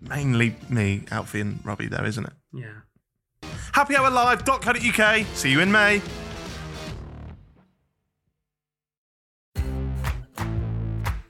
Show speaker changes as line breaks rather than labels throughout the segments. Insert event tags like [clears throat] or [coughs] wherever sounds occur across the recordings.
Mainly me, Alfie, and Robbie, though, isn't it?
Yeah.
happyhourlive.co.uk. See you in May.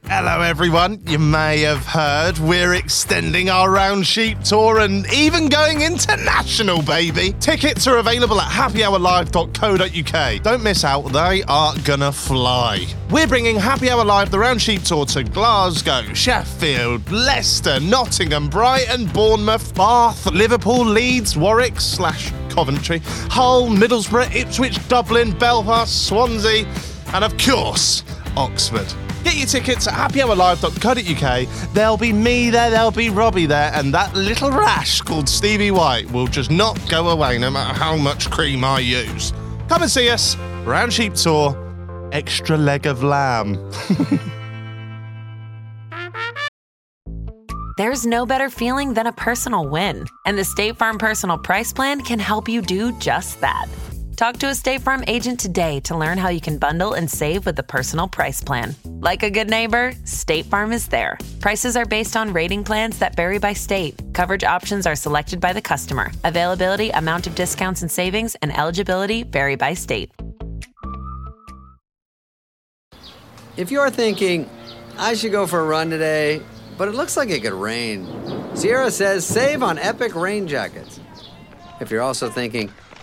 Hello, everyone. You may have heard we're extending our round sheep tour and even going international, baby. Tickets are available at happyhourlive.co.uk. Don't miss out, they are gonna fly. We're bringing Happy Hour Live, the round sheep tour to Glasgow, Sheffield, Leicester, Nottingham, Brighton, Bournemouth, Bath, Liverpool, Leeds, Warwick, slash Coventry, Hull, Middlesbrough, Ipswich, Dublin, Belfast, Swansea, and of course, Oxford. Get your tickets at happyhourlive.co.uk. There'll be me there, there'll be Robbie there, and that little rash called Stevie White will just not go away no matter how much cream I use. Come and see us, Round Sheep Tour, Extra Leg of Lamb.
There's no better feeling than a personal win. And the State Farm Personal Price Plan can help you do just that. Talk to a State Farm agent today to learn how you can bundle and save with the Personal Price Plan. Like a good neighbor, State Farm is there. Prices are based on rating plans that vary by state. Coverage options are selected by the customer. Availability, amount of discounts and savings, and eligibility vary by state.
If you're thinking, I should go for a run today, but it looks like it could rain, Sierra says save on epic rain jackets. If you're also thinking,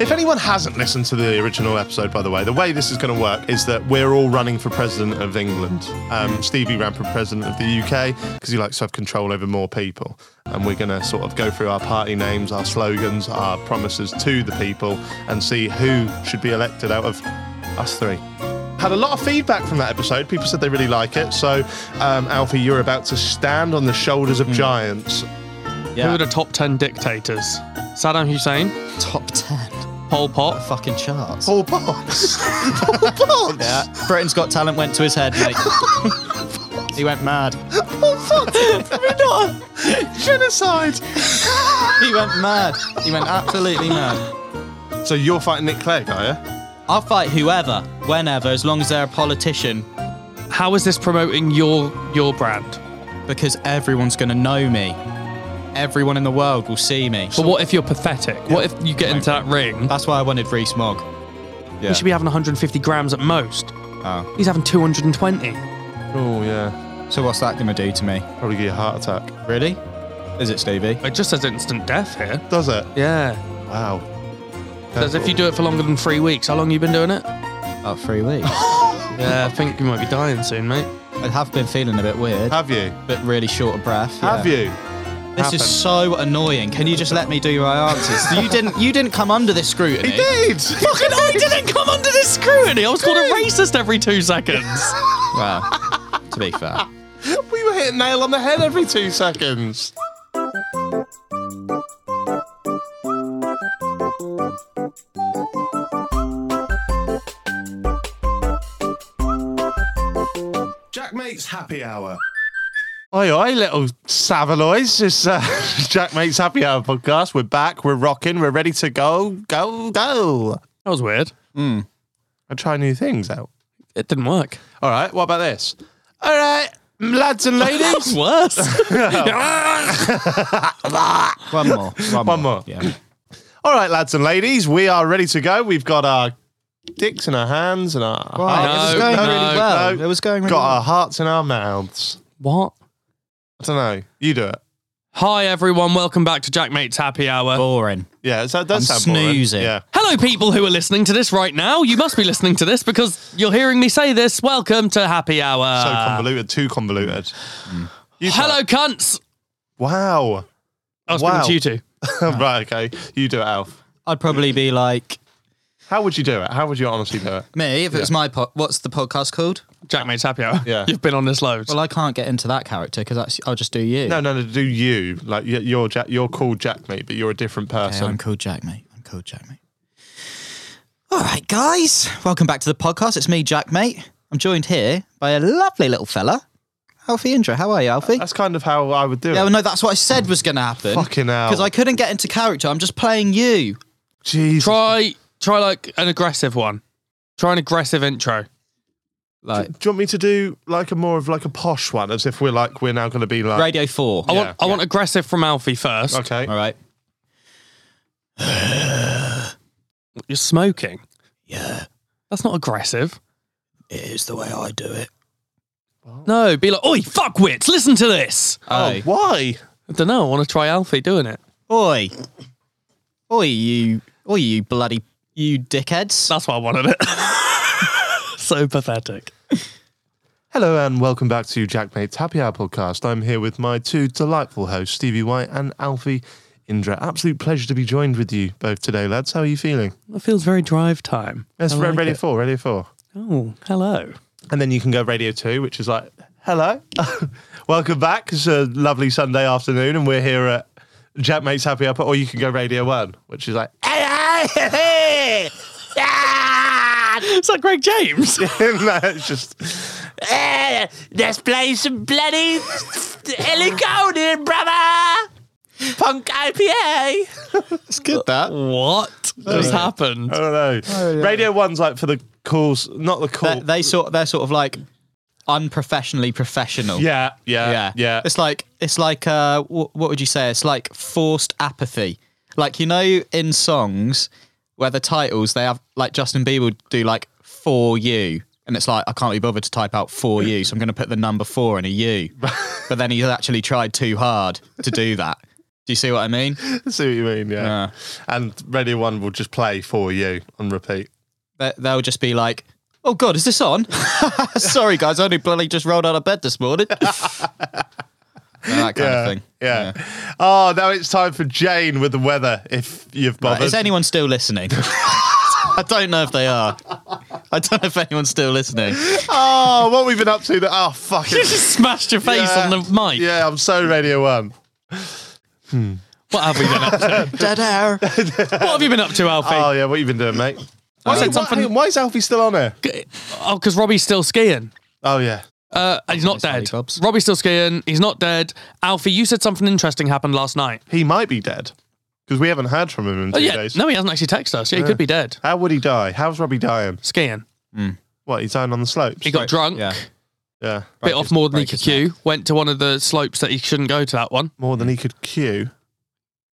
If anyone hasn't listened to the original episode, by the way, the way this is going to work is that we're all running for president of England. Um, Stevie ran for president of the UK because he likes to have control over more people. And we're going to sort of go through our party names, our slogans, our promises to the people, and see who should be elected out of us three. Had a lot of feedback from that episode. People said they really like it. So, um, Alfie, you're about to stand on the shoulders of giants.
Who are the top 10 dictators? Saddam Hussein,
Top 10.
Pol Pot,
Fucking charts.
Paul Potts. Paul Potts.
Yeah. Britain's Got Talent went to his head, mate. he went mad.
Paul
[laughs]
Potts. [laughs] Genocide.
He went mad. He went absolutely mad.
So you're fighting Nick Clegg, are you?
I'll fight whoever, whenever, as long as they're a politician,
how is this promoting your your brand?
because everyone's going to know me. Everyone in the world will see me.
But what if you're pathetic? What if you get into that ring?
That's why I wanted Reese Mogg. Yeah.
He should be having 150 grams at most. He's having 220.
Oh yeah.
So what's that going to do to me?
Probably give you a heart attack.
Really? Is it Stevie?
It just says instant death here.
Does it?
Yeah.
Wow.
Says if you do it for longer than three weeks, how long you been doing it?
Oh, three weeks.
Yeah, I think you might be dying soon, mate.
[laughs] I have been feeling a bit weird,
Have you?
but really short of breath. yeah.
Have you?
This
happened?
is so annoying. Can you just let me do my answers? You didn't. You didn't come under this scrutiny.
He did.
Fucking I didn't come under this scrutiny. I was called a racist every two seconds.
Well, to be fair,
[laughs] we were hitting nail on the head every two seconds. Jack Mate's happy hour. Oi, oi, little Savaloys. It's uh, [laughs] Jack Mate's Happy Hour podcast. We're back, we're rocking, we're ready to go, go, go.
That was weird.
I try new things out.
It didn't work.
All right, what about this? All right,
mm,
lads and ladies.
It's [laughs] worse.
one more. One,
One more.
Yeah.
All right, lads and ladies, we are ready to go. We've got our dicks in our hands and our
Right, it was going
no,
really
no,
well. It was going really
got our
well.
hearts in our mouths.
what?
I don't know. You do it.
Hi, everyone. Welcome back to Jackmate's Happy Hour.
Boring.
Yeah, so that does
I'm
sound boring.
snoozing.
Yeah.
Hello, people who are listening to this right now. You must be listening to this because you're hearing me say this. Welcome to Happy
So
Hour.
convoluted, too convoluted. You try-
Uh, Hello, cunts.
Wow.
I was
Wow.
speaking to you two.
[laughs] right, okay. You do it, Alf.
I'd probably be like
How would you do it? How would you honestly do it?
me if it was my pod. What's the podcast called?
Jackmate's Happy Hour.
[laughs] Yeah.
You've been on this loads.
Well, I can't get into that character because I'll just do you.
No, no, no. Do you like you- you're Jack? You're called Jack, mate, but you're a different
Okay,
person.
I'm called Jack, mate. I'm called Jack, mate. All right, guys, welcome back to the podcast. It's me, Jack, mate. I'm joined here by a lovely little fella, Alfie Indra. How are you, Alfie?
That's kind of how I would do
yeah,
it.
well, no, that's what I said was going to happen.
Fucking hell.
Because I couldn't get into character. I'm just playing you.
Jesus.
Try, try like an aggressive one. Try an aggressive intro.
Like
do you want me to do like a more of like a posh one, as if we're like we're now going to be like
Radio 4.
I
Yeah,
want, I want aggressive from Alfie first.
okay,
All right.
You're smoking.
Yeah,
That's not aggressive.
it is the way I do it.
No, be like, oi, fuckwits, listen to this.
Oh,
why?
I don't know. I want to try Alfie doing it.
Oi. Oi, you. Oi, you bloody. You dickheads.
That's why I wanted it. [laughs] so pathetic.
Hello and welcome back to Jackmate's Happy Hour podcast. I'm here with my two delightful hosts, Stevie White and Alfie Indra. Absolute pleasure to be joined with you both today, lads. How are you feeling?
It feels very drive time.
That's
I
re-
like
Radio
it.
Four, Radio Four,
Oh, hello.
and then you can go Radio Two, which is like hello, welcome back. It's a lovely Sunday afternoon, and we're here at Jackmate's Happy Hour. Or you can go Radio One, which is like hey, hey, hey, hey. Ah!
Is that Greg James? [laughs]
[laughs] no, it's just
Eh, let's play some bloody Heliconian, brother! Punk IPA!
It's good, that.
what has happened?
I don't know. Radio One's like for the calls, not the cool.
They, they sort they're sort of like unprofessionally professional.
yeah, yeah,
yeah,
yeah,
It's like it's like uh, wh- what would you say? It's like forced apathy. Like you know, in songs where the titles they have like Justin Bieber would do like for you, and it's like I can't be bothered to type out for you, so I'm going to put the number four in
[laughs]
a U. but then he's actually tried too hard to do that. Do you see what I mean?
[laughs]
Uh,
I see what you mean. Yeah.
Yeah.
and Radio One will just play for you on repeat.
They- They'll just be like. Oh God, is this on? [laughs] Sorry, guys, I only bloody just rolled out of bed this morning. [laughs] that kind
Yeah,
of thing.
yeah. Oh, now it's time for Jane with the weather. If you've
Right,
bothered,
is anyone
[laughs]
still listening? I don't know if they are. I don't know if anyone's still listening.
oh, what we've been up to? That oh,
[laughs]
fuck
You
it.
just smashed your face
Yeah.
on the mic.
Yeah, I'm so Radio One.
What have we been up to?
[laughs]
Dead air.
what have you been up to, Alfie?
Oh yeah, what you been doing, mate?
I said
Why, hang
something.
on, why is Alfie still on here?
Oh, because Robbie's still skiing.
Oh yeah.
Uh, and he's not dead.
lollipops.
Robbie's still skiing. He's not dead. Alfie, you said something interesting happened last night.
He might be dead because we haven't heard from him in two
Oh, yeah.
days.
No, he hasn't actually texted us. Yeah, he could be dead.
How would he die? How's Robbie dying?
Skiing.
What, he's dying on the slopes?
He got drunk,
Yeah.
yeah.
bit
Break
off
his-
more than he
break
could
his
cue, went to one of the slopes that he shouldn't go to that one.
More than he could cue.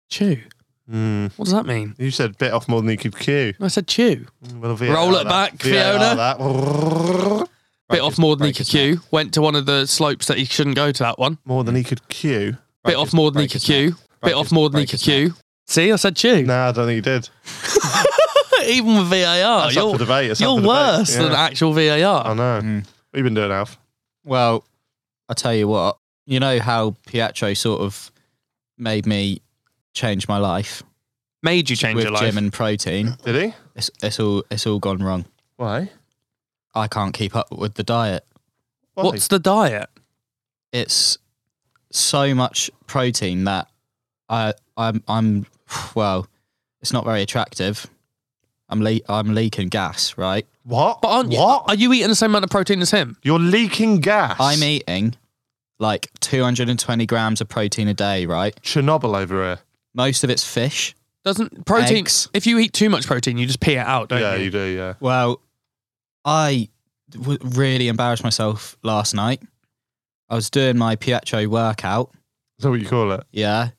Chew.
Hmm.
What does that mean?
You said bit off more than he could cue. Mm,
I said chew.
Well, VAR
Roll it
that.
back,
VAR That. [laughs]
bit off more than he
break
could
his
cue, went to one of the slopes that he shouldn't go to that one.
More than he could cue.
Bit off more than he
break
could
his neck.
cue, bit
Break
off
his-
more than he
break
could
his neck.
cue. See, I said chew.
No, I don't think he did.
[laughs] Even with VAR,
That's up
Oh, you're,
for debate. It's up
you're
for debate.
worse than
Yeah. Um,
actual
I
VAR.
know. What you been doing, Alf?
Well, I tell you what. You know how Pietro sort of made me change my life
Made you change
with
your life.
gym and protein.
Did he?
It's, it's all it's all gone wrong.
Why?
I can't keep up with the diet.
Why?
What's the diet?
It's so much protein that I I'm I'm well, it's not very attractive. I'm le- I'm leaking gas, right?
What?
But aren't
what?
You, are you eating the same amount of protein as him?
You're leaking gas.
I'm eating like 220 grams of protein a day, right?
Chernobyl over here.
Most of it's fish.
Doesn't protein?
Eggs.
If you eat too much protein, you just pee it out, don't
yeah,
you?
you do, yeah.
Well, I w- really embarrassed myself last night. I was doing my Pietro workout.
Is that what you call it?
Yeah,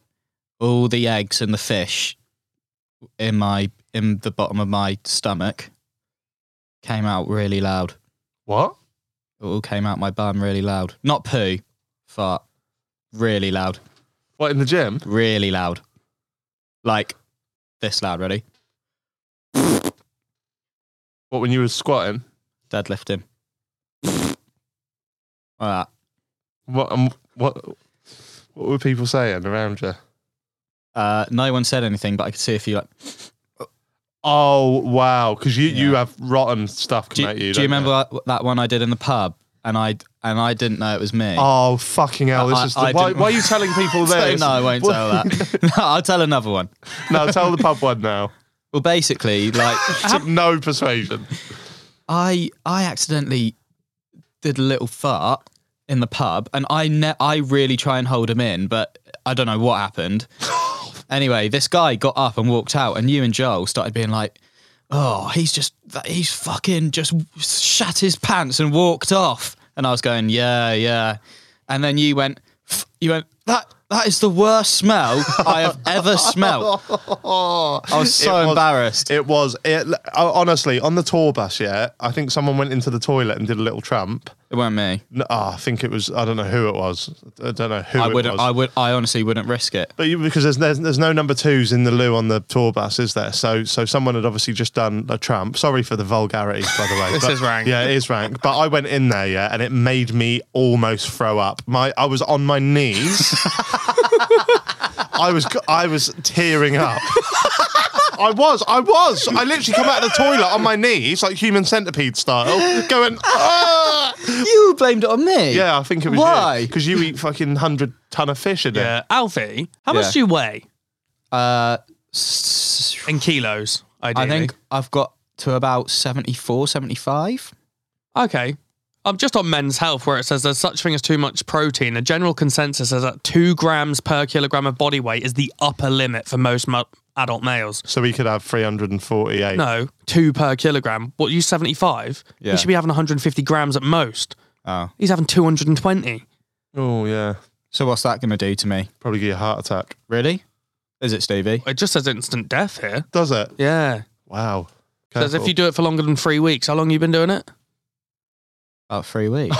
all the eggs and the fish in my in the bottom of my stomach came out really loud.
What?
It all came out my bum really loud. Not poo, fart, really loud.
What in the gym?
really loud. Like this loud, ready?
What when you were squatting?
Deadlifting. like that.
What um, what what were people saying around you?
Uh, no one said anything, but I could see a few like.
Oh wow, because you you have rotten stuff
Do
come
you,
at
do
you.
you
don't
remember that- that one I did in the pub? And I and I didn't know it was me.
Oh fucking hell! This
I-
is
I
the, why,
didn't-
why are you telling
[laughs]
people
So,
this?
no, I won't
What-
tell that. [laughs] no, I'll tell another one.
[laughs] no, tell the pub one now.
[laughs] Well, basically, like
[laughs] Took no persuasion.
I I accidentally did a little fart in the pub, and I ne- I really try and hold him in, but I don't know
[laughs]
what happened. anyway, this guy got up and walked out, and you and Joel started being like, "Oh, he's just that- he's fucking just shat his pants and walked off." And I was going, "Yeah, yeah," and then you went, "F- "You went that." That is the worst smell I have
[laughs]
ever smelt. I was so
It was-
embarrassed.
It was it uh, honestly on the tour bus. Yeah, I think someone went into the toilet and did a little tramp.
it weren't me.
No, ah, I think it was. I don't know who it was. I don't know who
I
it
would.
was.
I would. I honestly wouldn't risk it.
But you, because there's, there's there's no number twos in the loo on the tour bus, is there? So so someone had obviously just done a tramp. Sorry for the vulgarity, by the
[laughs]
way. this
is rank.
Yeah, it is rank. But I went in there, yeah, and it made me almost throw up. My I was on my knees. I was I was tearing up. I was, I was. I literally come out of the toilet on my knees, like human centipede style, going. "Ah!"
You blamed it on me.
Yeah, I think it was
Why?
because you eat fucking hundred ton of fish a day.
Yeah. Alfie, how
Yeah.
much do you weigh
Uh, s-
in kilos? Ideally?
I think I've got to about 74, 75.
Okay. I'm just on Men's Health, where it says there's such thing as too much protein. A general consensus is that two grams per kilogram of body weight is the upper limit for most mu- adult males.
So we could have 348.
No, two per kilogram. What, you 75?
Yeah.
He should be having 150 grams at most.
Oh.
He's having 220.
Oh, yeah.
So what's that going to do to me?
Probably get a heart attack.
Really? Is it Stevie?
It just says instant death here.
Does it?
Yeah.
Wow.
Says if
Careful.
you do it for longer than three weeks, how long you been doing it?
About three weeks.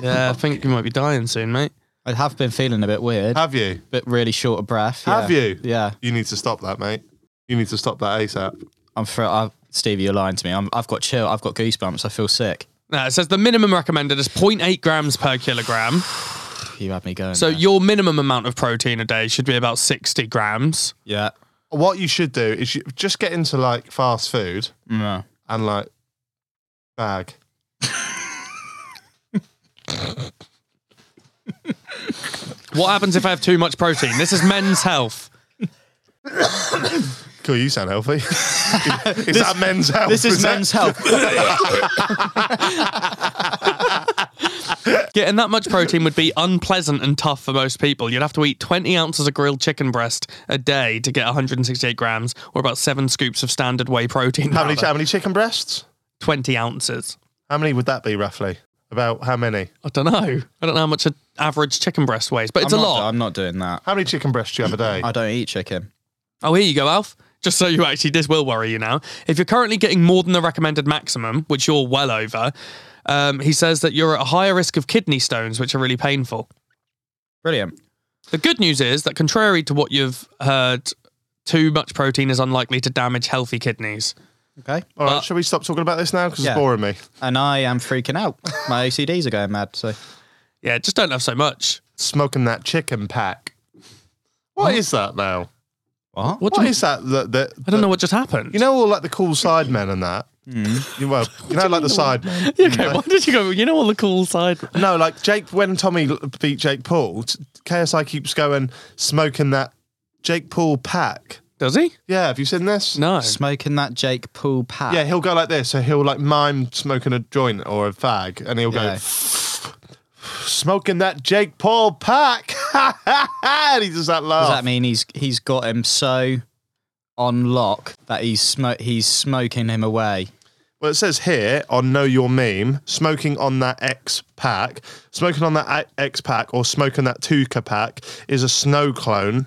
Yeah, Uh, I think you might be dying soon, mate.
I have been feeling a bit weird,
Have you?
but really short of breath.
Have
yeah.
you?
Yeah.
You need to stop that, mate. You need to stop that ASAP.
I'm for. I've, Stevie, you're lying to me. I'm, I've got chill. I've got goosebumps. I feel sick.
No, it says the minimum recommended is 0.8 grams per kilogram.
You had me going.
So
there.
your minimum amount of protein a day should be about 60 grams.
yeah.
What you should do is you just get into like fast food
No.
and like bag.
What happens if I have too much protein? This is men's health.
Cool, you sound healthy. [laughs] is that men's health?
This is
that-
men's health.
Getting that much protein would be unpleasant and tough for most people. You'd have to eat 20 ounces of grilled chicken breast a day to get 168 grams, or about seven scoops of standard whey protein.
How many,
powder.
how many chicken breasts?
20 ounces.
How many would that be roughly? About how many?
I don't know. I don't know how much an average chicken breast weighs, but it's
I'm
a
not-
lot.
I'm not doing that.
How many chicken breasts do you have a day?
I don't eat chicken.
Oh, here you go, Alf. Just so you actually, this will worry you now. If you're currently getting more than the recommended maximum, which you're well over, um, he says that you're at a higher risk of kidney stones, which are really painful.
Brilliant.
The good news is that, contrary to what you've heard, too much protein is unlikely to damage healthy kidneys.
Okay.
All right,
but-
shall we stop talking about this now? Because
Yeah.
it's boring me.
And I am freaking out. My OCDs are going mad. So.
Yeah, just don't have so much.
Smoking that chicken pack. what is that now?
What?
Hmm? What, do
What
you mean?
is that? That, that
I don't know what just happened.
You know all like the cool side men and that. You, well, you know like the side men.
okay, why did you go? You know all the cool side.
No, like Jake when Tommy l- beat Jake Paul, t- KSI keeps going smoking that Jake Paul pack.
Does he?
Yeah, have you seen this?
No.
Smoking that Jake Paul pack.
Yeah, he'll go like this. So he'll like mime smoking a joint or a fag, and he'll
Yeah.
go smoking that Jake Paul pack. [laughs] and he does that laugh.
Does that mean he's he's got him so on lock that he's smo- he's smoking him away?
Well, it says here on Know Your Meme, smoking on that X pack, smoking on that A- X pack, or smoking that Tuka pack is a snow clone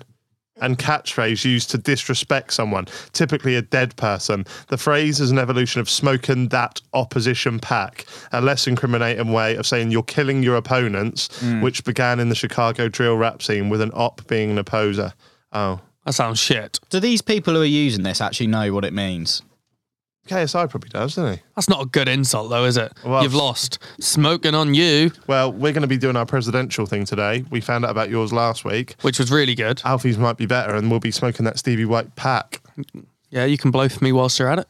and catchphrase used to disrespect someone, typically a dead person. The phrase is an evolution of smoking that opposition pack, a less incriminating way of saying you're killing your opponents, which began in the Chicago drill rap scene with an op being an opposer. Oh.
That sounds shit.
Do these people who are using this actually know what it means?
KSI probably does, doesn't he?
That's not a good insult, though, is it?
Well-
You've lost. Smoking on you,
Well, we're going to be doing our presidential thing today. We found out about yours last week.
which was really good.
Alfie's might be better, and we'll be smoking that Stevie White pack.
Yeah, you can blow for me whilst you're at it.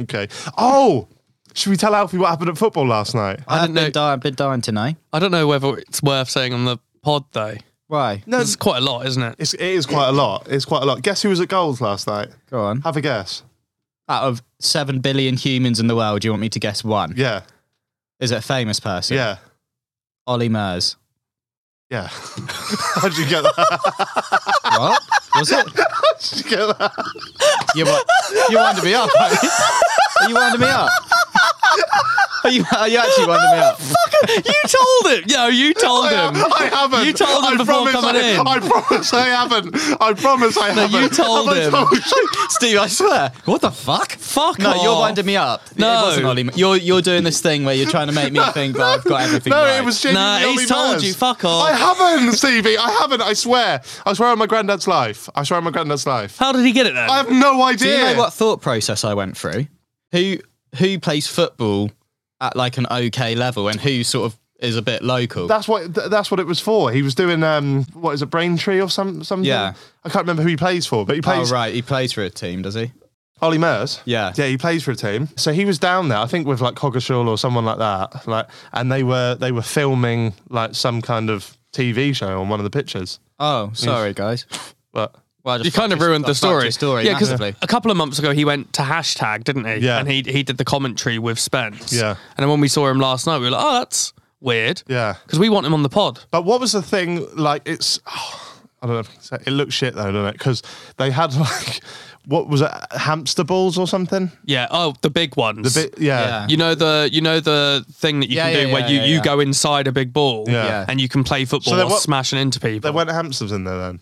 Okay. Oh, should we tell Alfie what happened at football last night?
didn't
I have been,
know-
di- I've been dying to know.
I don't know whether it's worth saying on the pod, though.
Why?
No, it's quite a lot, isn't it?
It's, it is quite a lot. It's quite a lot. Guess who was at goals last night?
Go on.
Have a guess.
Out of seven billion humans in the world, you want me to guess one?
Yeah.
Is it a famous person?
Yeah.
Ollie Murs.
Yeah. [laughs] How'd you get that?
What? Was it?
How'd you get that?
You, wa- you winded me up. Are you winding me up? Are you, are you actually winding me up?
You told him. Yo, you told him.
I haven't.
You told him
I
before
promise
coming
I,
in.
I promise I haven't. I promise I haven't.
you told
Have I
[laughs]
him.
you?
Steve, I swear. What the fuck?
Fuck
No, you're
off.
winding me up.
No.
It wasn't Ollie. Murs. You're, you're doing this thing where you're trying to make me [laughs] think that I've got everything
No,
right.
it was genuinely
Nah, he's
Ollie
told
Murs.
you, fuck off.
I haven't, Stevie. I haven't. I swear. I swear on my granddad's life. I swear on my granddad's life.
How did he get it then?
I have no
Do
idea.
you know what thought process I went through? Who who plays football at like an okay level and who sort of is a bit local?
That's what th- that's what it was for. He was doing um what is it Braintree or some something?
Yeah.
I can't remember who he plays for, but he
oh
plays
right, he plays for a team, does he?
Ollie Murs.
Yeah.
Yeah, he plays for a team. So he was down there, I think with like Coggeshall or someone like that. Like and they were they were filming like some kind of TV show on one of the pictures.
Oh, sorry guys.
But
Well, I just
you kind of
fucked your-
ruined
I
the
fucked
story.
Your story,
yeah, because
massively.
a couple of months ago he went to hashtag, didn't he?
Yeah.
And he he did the commentary with Spence.
Yeah.
And then when we saw him last night, we were like, oh, that's weird.
Yeah.
Because we want him on the pod.
But what was the thing? Like, it's [sighs] I don't know. If I can say, it looks shit though, doesn't it? Because they had [laughs] like what was it, hamster balls or something?
Yeah. Oh, the big ones.
Bit, yeah.
Yeah.
You know the you know the thing that you
Yeah,
can do
yeah,
where
yeah,
you,
yeah,
you
yeah.
go inside a big ball
Yeah.
Yeah.
and you can play football
So they
while
wa-
smashing into people.
There weren't hamsters in there then.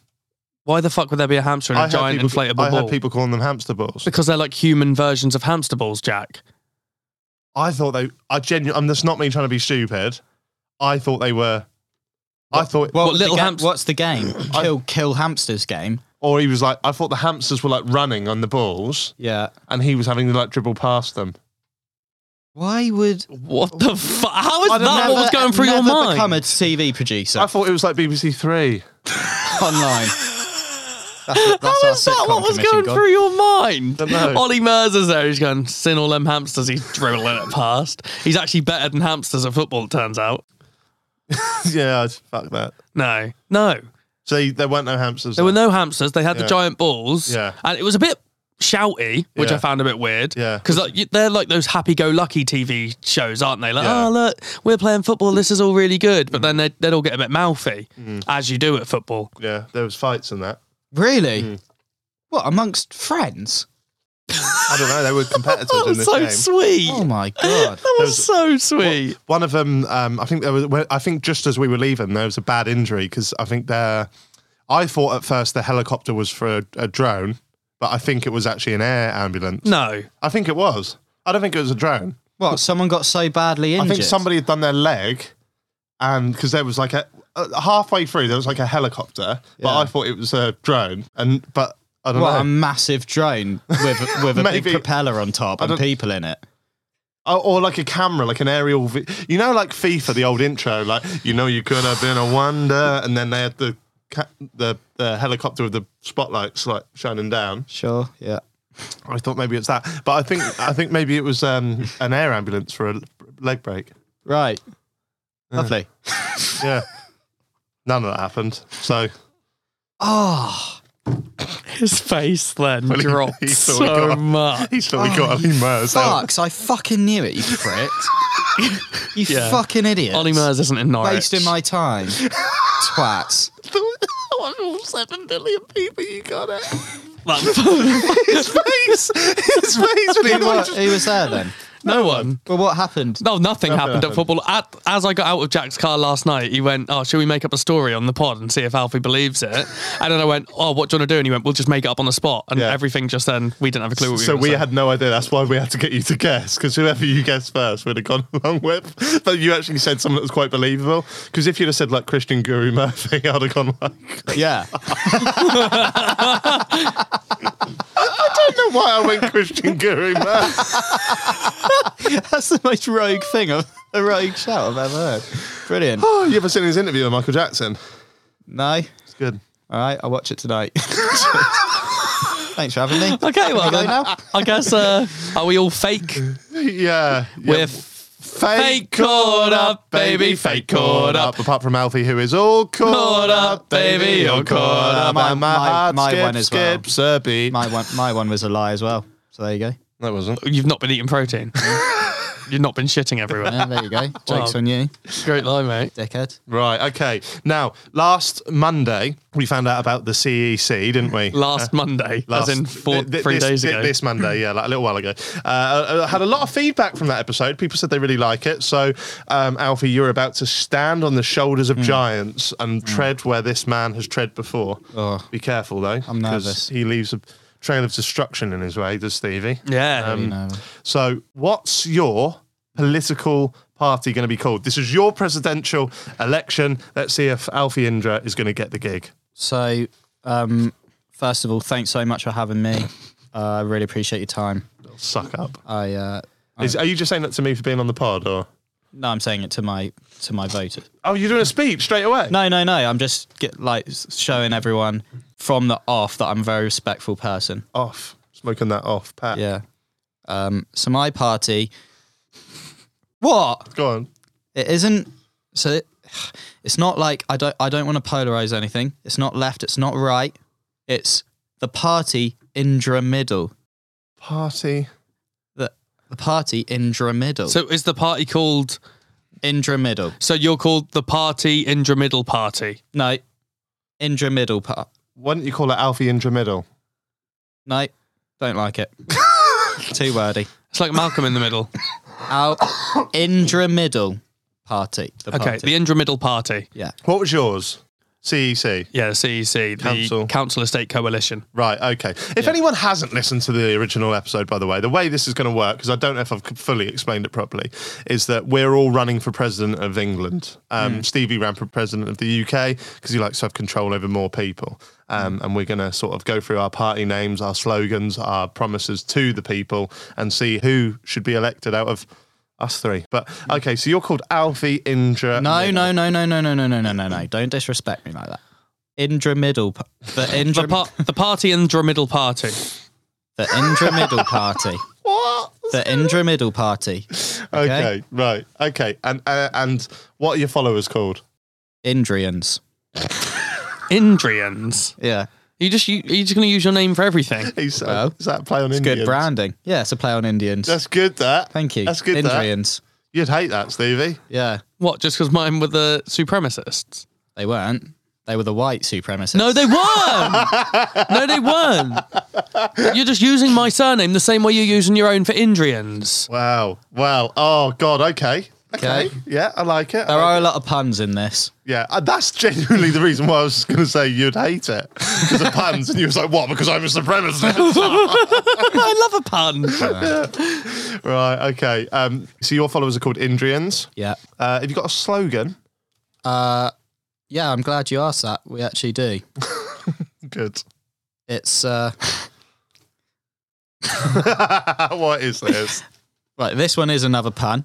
Why the fuck would there be a hamster in a
heard
giant
people,
inflatable
I
ball?
heard people calling them hamster balls.
Because they're like human versions of hamster balls, Jack.
I thought they. I genuinely. I'm just not me trying to be stupid. I thought they were. I thought.
Well,
What,
the
little
ga-
hamster-
what's the game? Kill kill hamsters game.
or he was like. I thought the hamsters were like running on the balls,
Yeah.
and he was having to like dribble past them.
Why would
What the fuck? How is that
I'd
what was going through your
never become
mind?
a TV producer
I thought it was like BBC
[laughs]
Three.
[laughs] online? [laughs] That's, that's
How
our
is that
sitcom
what was
commission
going
gone.
through your mind?
know.
Ollie Murs is there. He's going, sin all them hamsters. [laughs] He's dribbling it past. He's actually better than hamsters at football, it turns out.
yeah, fuck that.
No, no.
So there weren't no hamsters.
There were no hamsters. They had
Yeah.
the giant balls.
Yeah.
And it was a bit shouty, which
Yeah.
I found a bit weird.
Yeah.
Because like, you- they're like those happy go lucky TV shows, aren't they? Like,
Yeah. Mm.
oh, look, we're playing football. This is all really good. But then they'd, they'd all get a bit mouthy, as you do at football.
yeah, there was fights in that.
Really?
Hmm.
What amongst friends?
I don't know.
[laughs]
They were competitors in this
so
game.
sweet.
Oh my god.
[laughs] That was so sweet.
One of them, um, I think there was. well, I think just as we were leaving, there was a bad injury because I think their. I thought at first the helicopter was for a, a drone, but I think it was actually an air ambulance.
No.
I think it was. I don't think it was a drone.
What? Someone got so badly injured.
I think somebody had done their leg, and because there was like a uh, halfway through there was like a helicopter, but
Yeah.
I thought it was a drone. And but I don't
What a
know.
massive drone with
[laughs]
with a big
Maybe.
propeller on top and
don't-
people in it.
Or, Oh, or like a camera, like an aerial. Vi- you know, like FIFA, the old intro, like you know, you could have been a wonder, and then they had the ca- the the helicopter with the spotlights like shining down.
Sure. Yeah.
I thought maybe it's that, but I think I think maybe it was um, an air ambulance for a leg break.
Right. Lovely.
Yeah, none of that happened. So
Oh,
His face then dropped
he's so
so
gone.
much.
he's still got Ollie Murs. out.
Oh, fucks. I fucking knew it, you prick. you
Yeah.
fucking
[laughs]
idiot.
Ollie Murs isn't in Norwich.
[laughs]
Wasting my time. Twats.
Seven billion people, you got it.
That- [laughs]
His face, his face when he
Who wa-
watched.
who was there then?
No one.
Well, what happened?
No, nothing happened, at football. At, as I got out of Jack's car last night, he went, "Oh, shall we make up a story on the pod and see if Alfie believes it?" And then I went, "Oh, what do you want to do?" And he went, "We'll just make it up on the spot." And
Yeah.
everything just then we didn't have a clue. What we
So
were
we
saying.
had no idea. That's why we had to get you to guess, because whoever you guessed first would have gone [laughs] along with. But you actually said something that was quite believable. Because if you'd have said like Christian Guru Murphy, [laughs] I'd have gone like,
Yeah. [laughs]
I don't know why I went [laughs] Christian Guru Murphy.
That's the most rogue thing, I've, a rogue shout I've ever heard. Brilliant.
Oh, you ever seen his interview with Michael Jackson?
No.
It's good.
All right, I'll watch it tonight. [laughs] Thanks for having me.
Okay, well then, I I guess uh, are we all fake?
Yeah,
We're
yeah.
f- fake caught up, baby, fake caught up.
Apart from Alfie, who is all caught,
Caught up,
up, baby,
baby,
all
you're
caught
caught
up.
up.
and
My-
my,
my-
heart
my
skip,
one as well.
skips a beat.
My one, my one was a lie as well. So there you go.
that wasn't.
You've not been eating protein.
[laughs]
You've not been shitting everywhere.
Yeah, there you go. Joke's
Wow.
on you,
Great lie, mate.
dickhead.
Right, okay. Now, last Monday, we found out about the CEC, didn't we?
Last Monday,
Last-
as in four,
thi- thi-
three
this-
days
thi-
ago.
This Monday, yeah, like a little while ago. Uh, I I had a lot of feedback from that episode. People said they really like it. So, um, Alfie, you're about to stand on the shoulders
Hmm.
of giants and tread where this man has tread before.
Oh.
Be careful, though.
I'm
'cause
nervous.
He leaves a trail of destruction in his way, does Stevie?
yeah.
You know.
Um, So, what's your political party going to be called? This is your presidential election. Let's see if Alfie Indra is going to get the gig.
So, um, first of all, thanks so much for having me. Uh, I really appreciate your time.
Suck up.
I uh,
Is, are you just saying that to me for being on the pod, or?
no, I'm saying it to my to my voters.
Oh, you're doing a speech straight away.
No, no, no. I'm just get, like s- showing everyone from the off that I'm a very respectful person.
Off. Smoking that off, Pat.
Yeah. Um, so my party. What?
Go on.
It isn't. So it's not like I don't. I don't want to polarize anything. It's not left. It's not right. It's the party Indra Middle.
Party.
The the party Indra Middle.
So is the party called?
Indra Middle.
So you're called the Party Indra Middle Party.
No. Indra Middle part.
Why don't you call it Alfie Indra Middle?
No. Don't
[laughs]
like it. Too wordy.
It's like Malcolm in the
[laughs]
Middle.
Our Indra Middle party. The
Okay,
party.
the Indra Middle Party.
yeah.
What was yours? E CEC.
Yeah, the CEC, the
Council.
Council, Estate Coalition.
Right, okay. If anyone hasn't listened to the original episode, by the way, the way this is going to work, because I don't know if I've c- fully explained it properly, is that we're all running for president of England. Um,
Mm.
Stevie ran for president of the UK because he likes to have control over more people. Um,
Mm.
And we're going to sort of go through our party names, our slogans, our promises to the people, and see who should be elected out of us three. But okay, so you're called Alfie Indra.
No, no, no, no, no, no, no, no, no, no, no. Don't disrespect me like that. Indra Middle. pa- The
The,
Indra.
par- the Party Indra Middle Party.
the Indra Middle party.
What?
The Indra Middle party.
Okay. right. Okay. And uh, and what are your followers called?
Indrians.
Indrians.
Yeah.
You just you, you're just gonna use your name for [laughs] everything.
He's so,
Well,
is that a play on Indians?
Good branding. Yeah, it's a play on Indians.
That's good. That
Thank you.
That's good. That.
Indrians.
You'd hate that, Stevie.
Yeah.
What? Just because mine were the supremacists?
They weren't. They were the white supremacists.
No, they weren't. [laughs] no, they weren't. You're just using my surname the same way you're using your own for Indrians.
Wow. Wow. Oh God. Okay. Okay.
Okay.
Yeah, I like it.
There are a lot of puns in this.
Yeah, uh, that's genuinely the reason why I was going to say you'd hate it because of puns, and you was like, "What?" Because I'm a supremacist.
[laughs]
[laughs]
I love a pun.
right. Okay. Um. So your followers are called Indrians.
Yeah.
Uh, have you got a slogan?
Uh, yeah, I'm glad you asked that. We actually do.
Good. [laughs]
It's uh,
what is
[laughs]
this?
right. This one is another pun.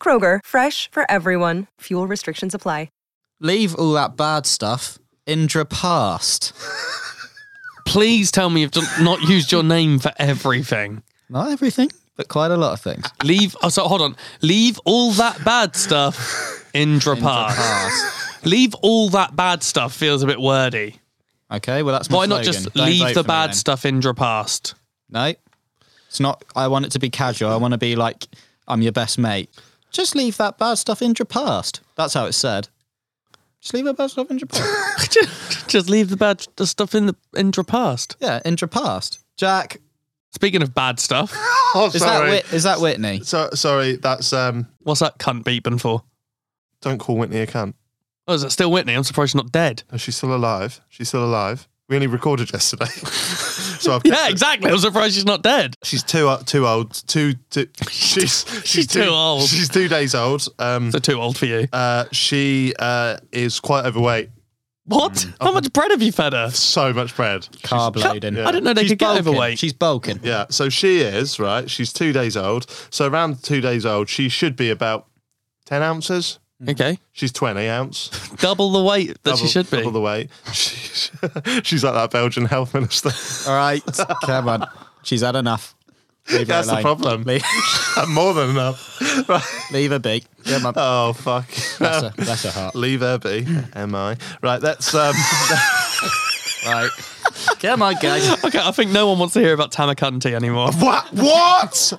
Kroger, fresh for everyone. Fuel restrictions apply.
leave all that bad stuff. Indra past.
Please tell me you've just not used your name for everything.
Not everything. but quite a lot
[coughs]
of things.
Leave. Oh, so hold on. Leave all that bad stuff, Indra Park. Leave all that bad stuff feels a bit wordy.
Okay, well that's my
Why not
slogan.
just
Don't vote
leave the
for me
bad
then.
stuff Indra past?
No, it's not. I want it to be casual. I want to be like I'm your best mate. Just leave that bad stuff in your past. That's how it's said. Just leave that bad stuff in your past.
[laughs] just leave the bad the stuff in the Indra past.
yeah, in your past. Jack,
Speaking of bad stuff,
Oh,
is
sorry.
that Whit- is that Whitney?
so, sorry, that's um.
what's that cunt beeping for?
Don't call Whitney a cunt.
Oh, is it still Whitney? I'm surprised she's not [laughs] dead.
No, she's still alive. She's still alive. We only recorded yesterday, [laughs] so I've
Yeah, exactly. I'm surprised she's not dead.
[laughs]
She's too uh, too old. Too,
[laughs]
too she's she's,
too old.
She's two days old. Um,
So too old for you.
uh, she uh is quite overweight.
What?
Mm,
How much bread have you fed her?
So much bread.
Carb loading.
I didn't know they
She's
could get
bulking.
overweight.
She's bulking.
Yeah. So she is right. She's two days old. So around two days old, she should be about ten ounces.
[laughs] Okay,
She's
[laughs]
twenty ounce.
double the weight that she
Double-
should be.
Double the weight. [laughs] She's, she's like that Belgian health minister. [laughs]
All right, come on. She's had enough. Leave her
That's the
alone.
problem.
Leave,
And More than enough. [laughs] Right.
leave her be. Come on.
Oh fuck.
Bless her, bless her
[laughs]
heart.
Leave her be. Am I right? That's um. [laughs]
Right. Come on, guys.
[laughs] Okay, I think no one wants to hear about Tamakanti [laughs] anymore.
What? What?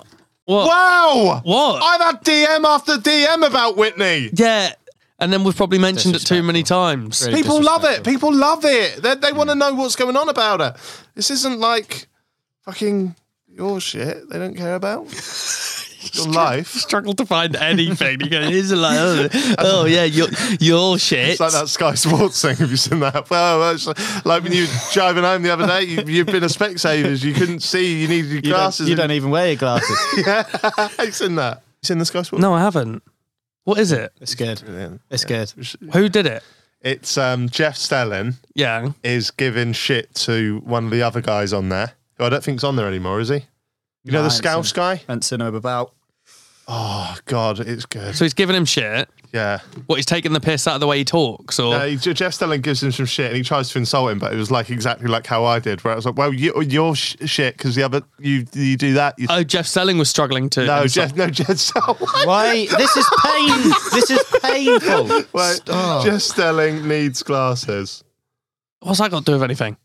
What?
Wow!
What?
I've had DM after DM about Whitney.
Yeah, and then we've probably mentioned it too many times.
Really
People love it.
disrespectful.
People love it. They, they want to know what's going on about her. This isn't like fucking your shit. They don't care about your life.
Struggle to find anything. You go, here's a like,
[laughs]
oh, oh yeah, your your shit.
It's like that Sky Sports thing. Have you seen that? [laughs] Well, it's like, like when you were driving home the other day, you, you've been a Specsavers. You couldn't see. You needed your
You don't,
glasses.
you don't even wear your glasses.
[laughs] It's in that. It's in the Sky Sports.
No, I haven't. What is it?
It's good. It's good.
Who did it?
It's um, Jeff Stelling.
Yeah.
is giving shit to one of the other guys on there, who I don't think's on there anymore, is he? You know
No,
the
it's
Scouse
him.
guy?
And to know about.
Oh God, it's good.
So he's giving him shit.
Yeah.
What he's taking the piss out of the way he talks, or
No, he- Jeff Stelling gives him some shit, and he tries to insult him, but it was like exactly like how I did, where I was like, "Well, you, you're sh- shit because the other you you do that." You,
oh, Jeff Selling was struggling to.
no,
insult-
Jeff, no,
[laughs]
Jeff. Stelling.
Why? This is pain. this is painful.
Wait, Jeff Stelling needs glasses.
What's that got to do with anything?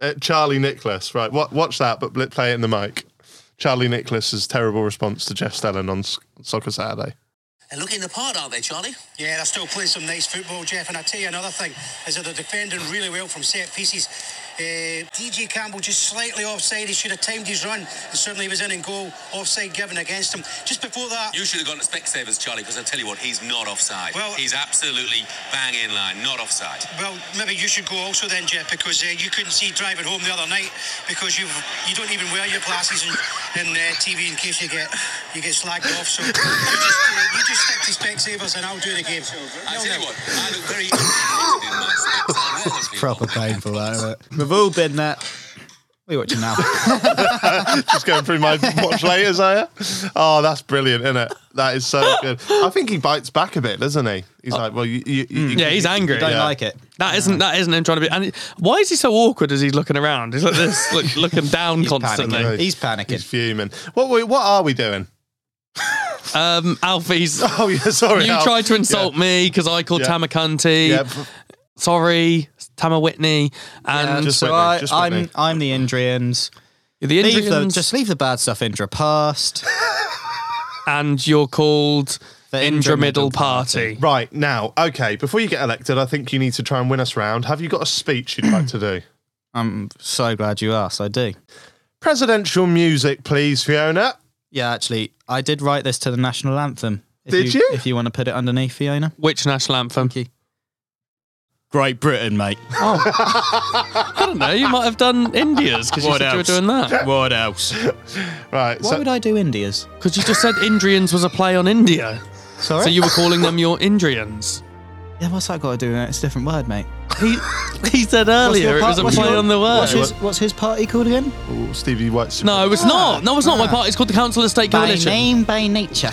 Uh, Charlie Nicholas, right? What, watch that, but bl- play it in the mic. Charlie Nicholas's terrible response to Jeff Stelling on S- Soccer Saturday.
They're looking the part, aren't they, Charlie?
Yeah, they're still playing some nice football, Jeff. And I tell you another thing is that they're defending really well from set pieces. Uh, DJ Campbell just slightly offside. He should have timed his run, and certainly he was in and goal. Offside given against him. Just before that,
You should have gone to Specsavers, Charlie, because I tell you what, he's not offside.
Well-
he's absolutely bang in line, not offside.
well, maybe you should go also then, Jeff, because uh, you couldn't see driving home the other night because you have you don't even wear your glasses and, and uh, TV in case you get you get slagged off. So you just, uh, you just stick to Specsavers, and I'll do the game.
I tell you
Nil-nil.
what, I look very interested [laughs] in my Specsavers Wales
[laughs]
people.
Proper painful, that, isn't it? We've all been there. What are you watching now?
Just going through my watch later, Zaya. Oh, that's brilliant, isn't it? That is so good. I think he bites back a bit, doesn't he? He's like, well, you, you, you
Yeah, he's angry.
Don't
Yeah.
like it.
That isn't that isn't him trying to be. And he- why is he so awkward as he's looking around? He's like this,
[laughs]
look, looking down
Panicking.
constantly.
He's panicking.
he's fuming. What we, what are we doing? [laughs]
Um, Alfie's.
Oh yeah, sorry.
You
Al.
tried to insult
Yeah.
me because I called
Yeah.
Tama Cunty.
Yeah,
Sorry, Tama Whitney, and
just
so
Whitney,
I,
just
I'm
Whitney.
I'm the Indrians.
the
Leave the,
Indrians.
just leave the bad stuff Indra past.
and you're called the
The
Indra
Indra
Middle,
Middle
Party.
right now, okay. Before you get elected, I think you need to try and win us round. Have you got a speech you'd like to do?
I'm so glad you asked. I do.
Presidential music, please, Fiona.
Yeah, actually, I did write this to the national anthem. If
Did you?
If you want to put it underneath Fiona.
Which national anthem?
Great Britain, mate.
I don't know. You might have done India's because you
What
said you were
else?
doing that.
What else?
Right.
Why
so,
would I do India's?
Because you just said Indrians was a play on India,
Sorry.
so you were calling them your
[laughs]
Indrians.
yeah, what's that got to do with it? It's a different word, mate.
He, he said earlier it
par-
was a
what's
play
your-
on the
What's
word.
his, what's his party called again?
Ooh, Stevie White's
No, it's not. No, it's not. My party. It's called the Council of State Coalition.
Ah. By name, by nature.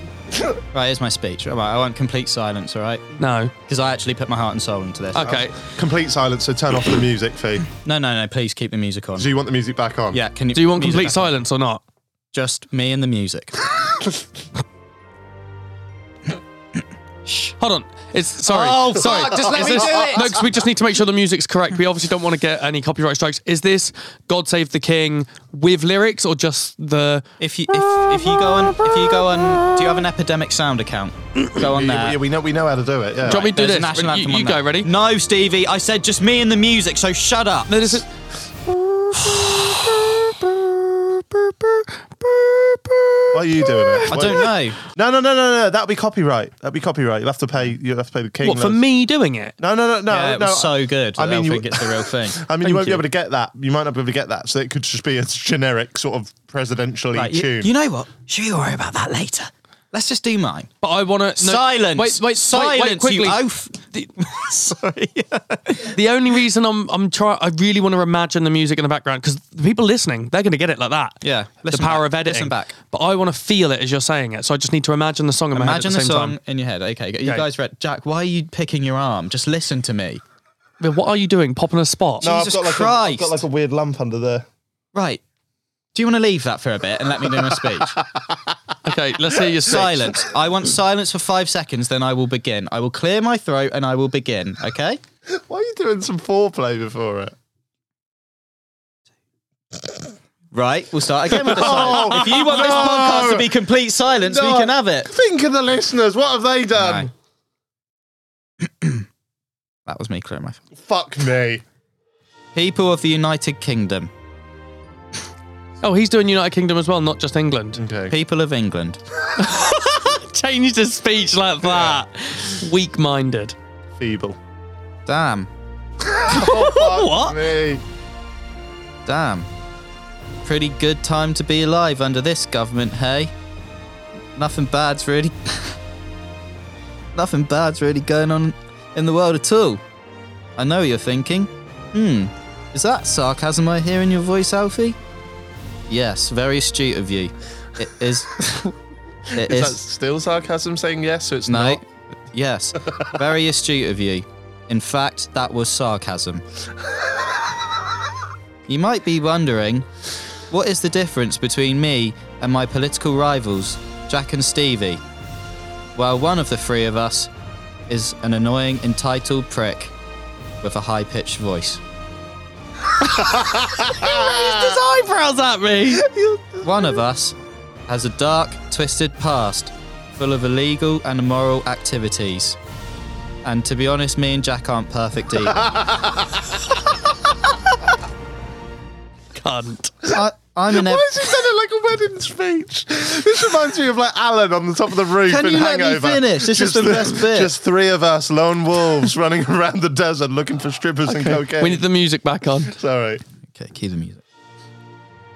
[laughs] Mm. right, here's my speech. All right, I want complete silence, all right?
No.
Because I actually put my heart and soul into this.
Okay.
complete silence. So turn off the music, Fee.
No, no, no, please keep the music on.
Do you want the music back on?
Yeah, can you
Do you want
music
complete
back on?
silence or not?
Just me and the music.
Hold on. It's sorry.
Oh,
sorry.
fuck, just let
Is
me
this-
do it.
No, because we just need to make sure the music's correct. We obviously don't want to get any copyright strikes. Is this "God Save the King" with lyrics or just the?
If you if if you go on if you go on, do you have an epidemic
[clears throat]
sound account? Go on there.
Yeah, we know we know how to do it. Yeah.
Do you want me to do
There's
this?
a national
you
anthem
you
on
go.
there.
Ready?
No, Stevie. I said just me and the music. So shut up.
No, this is.
Why are you doing it?
[laughs] I don't know.
No, no, no, no, no. That'll be copyright. That'll be copyright. You'll have to pay. You'll have to pay the king.
What for
loads.
me doing it?
No, no, no, no.
yeah, it
no.
was so good.
I
I
mean,
mean,
you-
think it's the real thing.
[laughs] I mean, you won't be
you.
able to get that. You might not be able to get that. So it could just be a generic sort of presidentially
Right, you,
tune.
you know what? Should we worry about that later? Let's just do mine.
But I want to. No,
silence.
Wait, wait,
silence.
Wait, wait, quickly.
You oaf. [laughs] Sorry.
The only reason I'm I'm trying I really want to imagine the music in the background because the people listening they're going to get it like that.
Yeah,
the
listen
power
back,
of editing.
listen back.
But I want to feel it as you're saying it, so I just need to imagine the song in my head at
Imagine
the
the
same
song
time.
in your head. Okay, you
Okay.
guys read. Jack, why are you picking your arm? Just listen to me.
But what are you doing? Popping a spot?
no,
Jesus
I've got like A, I've
Christ.
got like a weird lump under there. [laughs]
Right. Do you want to leave that for a bit and let me do my speech?
[laughs] Okay, let's hear your speech.
silence. I want silence for five seconds, then I will begin. I will clear my throat and I will begin. Okay?
Why are you doing some foreplay before it?
Right, we'll start again
[laughs]
with the silence.
Oh,
if you want this podcast to be complete silence, we can have it.
Think of the listeners. What have they
Um,
done?
No. [clears throat] that was me clearing my throat.
Fuck me.
People of the United Kingdom,
Oh, he's doing United Kingdom as well, not just England.
[laughs]
Okay.
people of England,
Changed his speech like that. Weak-minded.
[laughs]
Feeble.
damn,
What? Me.
damn. Pretty good time to be alive under this government, hey? Nothing bad's really. [laughs] Nothing bad's really going on in the world at all. I know you're thinking. Hmm, is that sarcasm I hear in your voice, Alfie? Yes, very astute of you. It is. [laughs] it
Is
is.
that still sarcasm saying yes? So it's
No.
not.
Yes. Very astute of you. In fact, that was sarcasm. you might be wondering what is the difference between me and my political rivals, Jack and Stevie? Well, one of the three of us is an annoying, entitled prick with a high pitched voice.
His eyebrows at me.
One of us has a dark, twisted past full of illegal and immoral activities. And to be honest, me and Jack aren't
[laughs]
perfect either.
Cunt.
I, I'm an. Ev-
Why is he saying it like a wedding speech? This reminds me of like Alan on the top of the roof
Can
in
you let me
Hangover.
finish? This is the best bit.
Just three of us, lone wolves, running [laughs] around the desert looking for strippers and cocaine.
We need the music back on. [laughs]
Sorry.
okay, cue the music.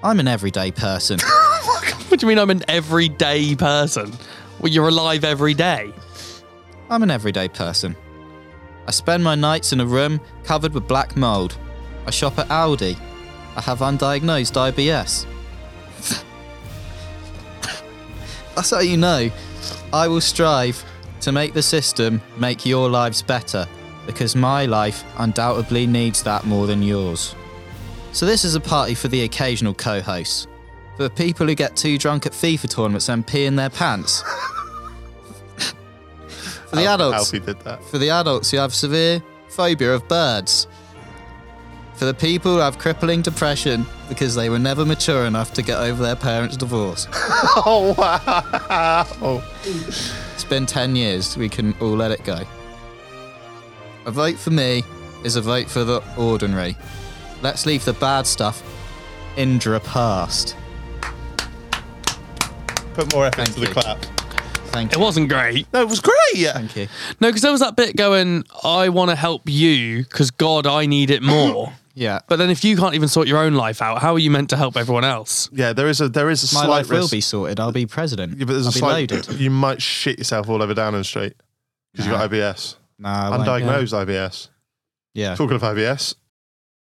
I'm an everyday person.
What do you mean I'm an everyday person? Well, you're alive every day.
I'm an everyday person. I spend my nights in a room covered with black mold. I shop at Aldi. I have undiagnosed IBS. [laughs] That's how you know. I will strive to make the system make your lives better because my life undoubtedly needs that more than yours. So, this is a party for the occasional co hosts, for the people who get too drunk at FIFA tournaments and pee in their pants, [laughs] for the
Alfie-
adults
Alfie did that.
for the adults who have severe phobia of birds. For the people who have crippling depression because they were never mature enough to get over their parents' divorce.
Oh wow!
It's been 10 years, we can all let it go. A vote for me is a vote for the ordinary. Let's leave the bad stuff Indra past.
Put more effort
Thank
into the
you.
clap.
Thank
It
you.
wasn't great.
No, it was great.
Thank you.
No, because there was that bit going, I want to help you because God, I need it
[coughs]
more.
Yeah.
But then if you can't even sort your own life out, how are you meant to help everyone else?
Yeah, there is a there is a
My
slight
life will
risk.
be sorted. I'll be president.
Yeah, but there's
I'll
a
be
slight.
loaded.
You might shit yourself all over Downing Street because
Nah.
you got IBS,
No, I won't.
undiagnosed IBS.
Yeah.
Talking of IBS,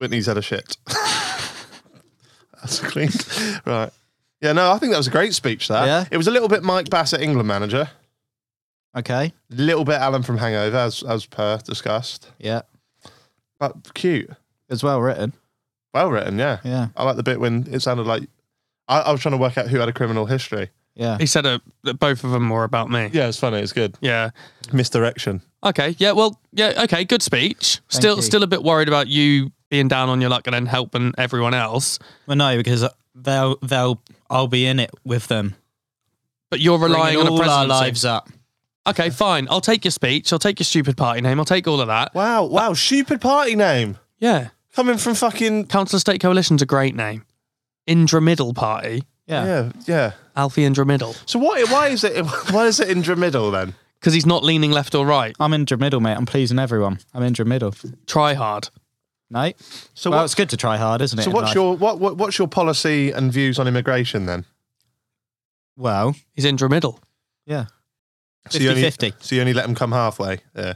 Whitney's had a shit. [laughs] That's clean. Right. Yeah, no, I think that was a great speech. That
Yeah?
it was a little bit Mike Bassett, England manager,
Okay.
little bit Alan from Hangover, as as per discussed.
Yeah.
But cute,
It's well written.
well written. Yeah,
Yeah.
I like the bit when it sounded like I, I was trying to work out who had a criminal history.
Yeah.
He said uh, that both of them were about me.
Yeah, it's funny. It's good.
Yeah.
Misdirection.
Okay. Yeah. Well. Yeah. Okay. Good speech. Still,
you.
still a bit worried about you being down on your luck and then helping everyone else.
Well, no, because they'll they'll I'll be in it with them.
But you're relying
Bringing
on a
all our
presidency.
lives up.
Okay. Fine. I'll take your speech. I'll take your stupid party name. I'll take all of that.
Wow, wow, stupid party name.
Yeah.
Coming from fucking
Council of State Coalition's a great name. Indra Middle Party.
Yeah.
Yeah, yeah.
Alfie Indra Middle.
So what why is it [laughs] why is it Indra Middle then?
Because he's not leaning left or right.
I'm in middle, mate. I'm pleasing everyone. I'm in middle.
Try hard.
No.
So
well,
what-
it's good to try hard, isn't it?
So
in
what's
life?
your what, what what's your policy and views on immigration then?
well?
He's Indra Middle.
Yeah.
So you only-
50-50.
So you only let them come halfway. Yeah.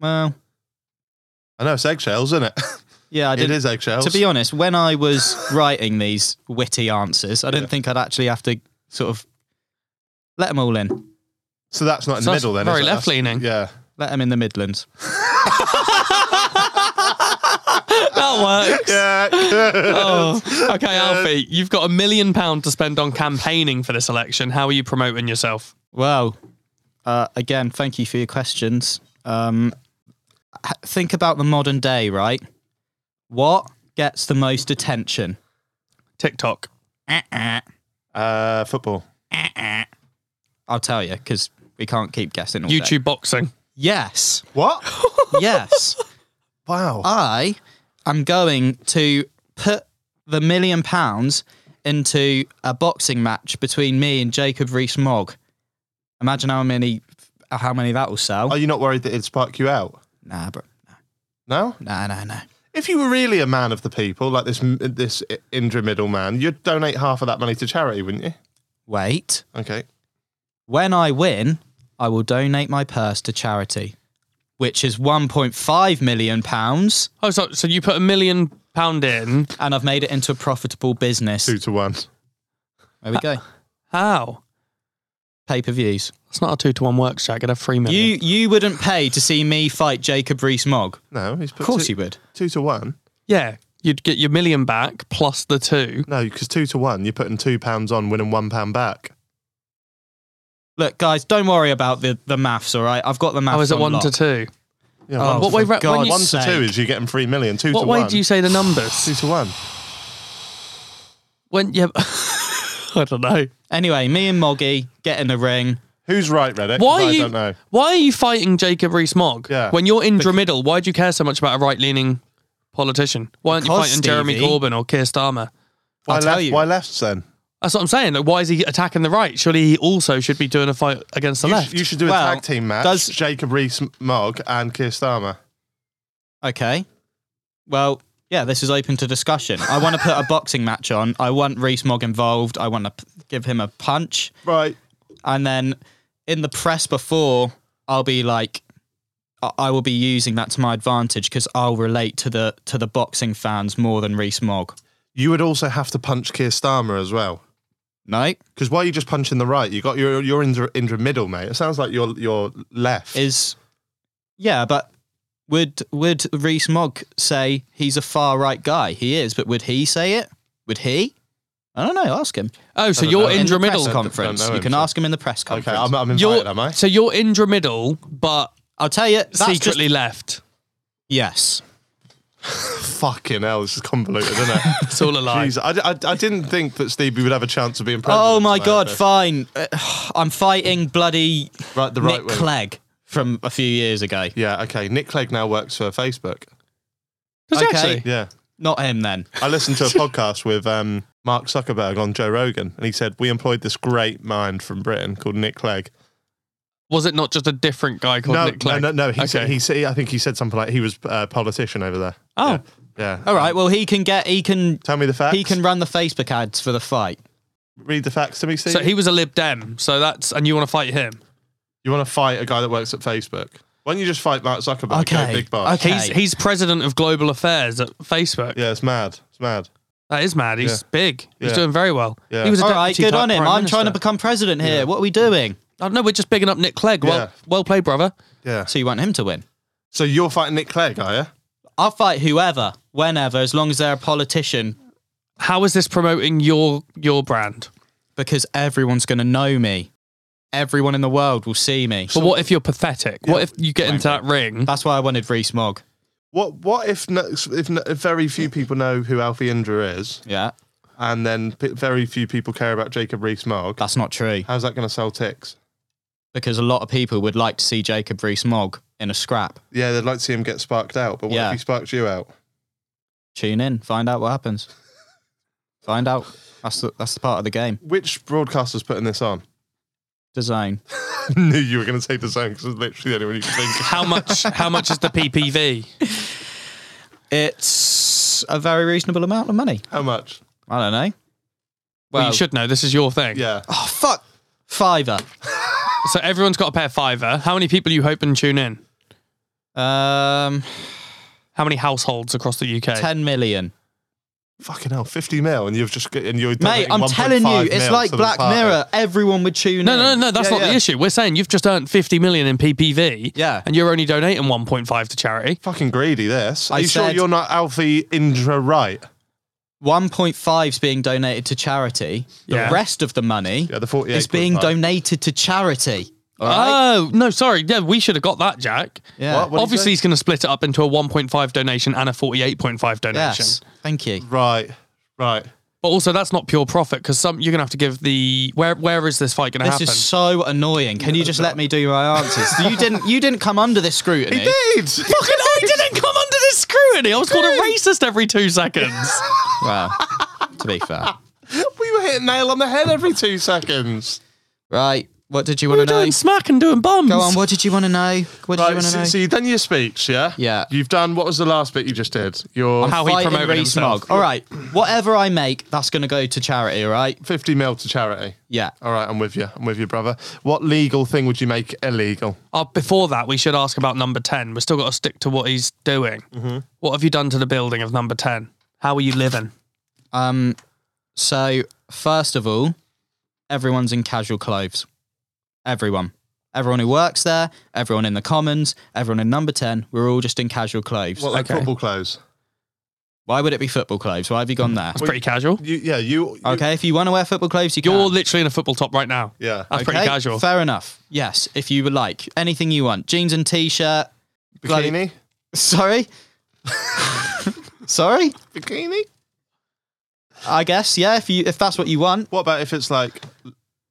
Well,
I know it's eggshells, isn't it? [laughs]
yeah, I
it
did.
is eggshells.
To be honest, when I was writing these witty answers, I didn't think I'd actually have to sort of let them all in.
so that's not in
So
the
that's
middle then.
very
is it? That's-
left-leaning.
[laughs] Yeah.
Let them in the Midlands.
That works.
Yeah.
Oh, okay, Alfie, you've got a million pound to spend on campaigning for this election. How are you promoting yourself?
Well, uh, again, thank you for your questions. Um, h- think about the modern day, right? What gets the most attention?
TikTok.
Uh, football.
I'll tell you because we can't keep guessing. All day.
YouTube boxing.
Yes.
What?
[laughs] Yes.
wow.
I am going to put the million pounds into a boxing match between me and Jacob Rees-Mogg. Imagine how many, how many that will sell.
Are you not worried that it'd spark you out?
nah, bro.
No.
Nah, nah, nah.
If you were really a man of the people, like this this Indra Middle man, you'd donate half of that money to charity, wouldn't you?
Wait.
Okay.
When I win, I will donate my purse to charity, which is 1.5 million pounds,
Oh, so, so you put a million pound in.
and I've made it into a profitable business.
Two to one.
There we go.
How?
Pay per views.
It's not a two to one work shack. Get a free
You
million.
you wouldn't pay to see me fight Jacob Rees-Mogg.
No, he's put
Of course
two,
you would.
Two to one.
yeah, you'd get your million back plus the two.
No, because two to one, you're putting two pounds on, winning one pound back.
Look, guys, don't worry about the, the maths, all right? I've got the maths.
How Oh, is it
on
one
lock.
to two?
Yeah,
Oh,
one
What
for
way ra- when
God's
you-
one to
sake.
two is you're getting three million. Two
What
to
way
one.
do you say the numbers?
[sighs] two to one?
when yeah, [laughs] I don't know.
Anyway, me and Moggy get in the ring.
Who's right, Reddit? 'Cause
Why
I
are you?
don't know.
Why are you fighting Jacob Rees-Mogg?
Yeah.
When you're Indra Middle, why do you care so much about a right-leaning politician? Why aren't you
Because,
fighting Jeremy
Stevie-
Corbyn or Keir Starmer?
Why
I'll
left?
tell you.
Why left then?
That's what I'm saying. Like, why is he attacking the right? Surely he also should be doing a fight against the
You,
left.
sh- you should do a
Well,
tag team match.
does-
Jacob Rees-Mogg and Keir Starmer.
Okay. Well, yeah, this is open to discussion. I want to put a boxing match on. I want Reese Mogg involved. I want to p- give him a punch.
Right.
And then in the press before, I'll be like, I- I will be using that to my advantage because I'll relate to the to the boxing fans more than Reese Mogg.
You would also have to punch Keir Starmer as well.
No,
Because why are you just punching the right? You got your your Indra, Indra middle, mate. It sounds like your your left.
is yeah, but would would Reese Mogg say he's a far right guy? He is, but would he say it? Would he? I don't know. Ask him.
oh, so
don't
you're
know. In
Indra
the press
Middle.
conference.
Don't know
you
him,
can
so-
ask him in the press
okay,
conference.
I'm, I'm invited,
You're,
am I?
So you're Indra Middle, but
I'll tell you that's
secretly
Just,
left.
yes.
Fucking hell, this is convoluted, isn't it?
It's all a lie.
Jeez, I, I, I didn't think that Stevie would have a chance of being president.
Oh my
tonight,
god!
but-
Fine. [sighs] Uh, I'm fighting bloody
Right, the
Nick
right wing.
Clegg from a few years ago.
Yeah, okay. Nick Clegg now works for Facebook.
Does he
okay.
actually?
Yeah.
Not him then.
I listened to a podcast with um, Mark Zuckerberg on Joe Rogan, and he said, We employed this great mind from Britain called Nick Clegg.
Was it not just a different guy called
no,
Nick Clegg?
no, no, no. He,
okay.
said, he said, I think he said something like he was a politician over there.
Oh.
Yeah. Yeah.
All right. Well, he can get. He can.
Tell me the facts.
He can run the Facebook ads for the fight.
read the facts to me, Steve.
so he was a Lib Dem. So that's and you want to fight him?
you want to fight a guy that works at Facebook? Why don't you just fight Mark Zuckerberg? go
Okay.
Big boss.
Okay.
He's he's president of global affairs at Facebook.
Yeah, it's mad. It's mad.
That is mad. He's
Yeah.
big. He's
Yeah.
doing very well.
Yeah.
He was a
All
deputy
right. Good
type
on him.
prime
I'm trying to
minister.
become president here. What are we doing?
I don't know. We're just bigging up Nick Clegg.
Yeah.
Well, well played, brother.
Yeah.
So you want him to win?
So you're fighting Nick Clegg, are you?
I'll fight whoever, whenever, as long as they're a politician
How is this promoting your your brand?
because everyone's going to know me. Everyone in the world will see me.
But what if you're pathetic? What if you get into that ring?
That's why I wanted Reese Mogg.
What What if no, if, no, if very few people know who Alfie Indra is,
Yeah,
and then p- very few people care about Jacob Rees-Mogg?
that's not true
How's that going to sell ticks?
because a lot of people would like to see Jacob Reese Mogg in a scrap.
Yeah, they'd like to see him get sparked out, but what
Yeah.
if he sparks you out?
Tune in, find out what happens. find out. That's the, that's the part of the game.
Which broadcaster's putting this [laughs] on?
Design.
knew you were going to say the same because it's literally the only one you could think.
[laughs]
of.
How much? How much is the
[laughs]
PPV?
It's a very reasonable amount of money.
How much?
I don't know.
Well,
Well-
you should know. This is your thing.
Yeah.
Oh fuck, fiver.
So everyone's got to pay a fiver. How many people are you hoping tune in?
Um,
How many households across the UK?
ten million.
Fucking hell, fifty mil, and you've just and you're
Mate,
donating
I'm
1.5
telling you, it's
mil
like
to the
Black
party.
Mirror. Everyone would tune
No,
in.
no, no. That's
Yeah,
not
yeah.
the issue. We're saying you've just earned 50 million in PPV.
Yeah.
And you're only donating 1.5 to charity.
Fucking greedy. This. Are
I
you sure
said-
you're not Alfie Indra right?
1.5 is being donated to charity.
Yeah.
The rest of the money
Yeah, the 48
is being
quid part.
donated to charity. All right.
Oh, no, sorry. Yeah, we should have got that, Jack.
Yeah.
What? did he
Obviously,
say?
he's going to split it up into a 1.5 donation and a 48.5 donation.
yes. Thank you.
Right. Right.
But also, that's not pure profit because some you're going to have to give the. Where Where is this fight going to
This
happen?
is so annoying. Can you just let me do my answers? you didn't. You didn't come under this
[laughs]
scrutiny.
Fucking, I didn't come under this scrutiny. I was called a racist every two
[laughs]
seconds.
Well, to be fair.
We were hitting nail on the head every two seconds.
Right. What did you
we were
want to know?
doing smack and doing bums.
Go on. What did you want to know? What did you
Right,
want to
so,
know?
so you've done your speech, yeah?
Yeah.
You've done, what was the last bit you just did? Your
How he
Fighting
promoted
Reece
himself.
Mogg. All right. Whatever I make, that's going to go to charity. All right.
50 mil to charity.
Yeah.
All right, I'm with you. I'm with you, brother. What legal thing would you make illegal?
Uh, before that, we should ask about number 10. We've still got to stick to what he's doing.
Mm-hmm.
What have you done to the building of number 10? How are you living?
Um, so first of all, everyone's in casual clothes. Everyone, everyone who works there, everyone in the Commons, everyone in Number Ten, we're all just in casual clothes.
What, like
Okay.
football clothes?
Why would it be football clothes? Why have you gone there?
It's pretty casual.
You, yeah, you. you-
Okay, if you want to wear football clothes, you
You're
can.
literally in a football top right now.
Yeah.
That's pretty
Okay,
casual.
Fair enough. Yes, if you would like anything you want, jeans and t-shirt. [laughs] bloody-
Bikini?
Sorry. [laughs] Sorry.
Bikini?
I guess yeah. If you if that's what you want.
What about if it's like,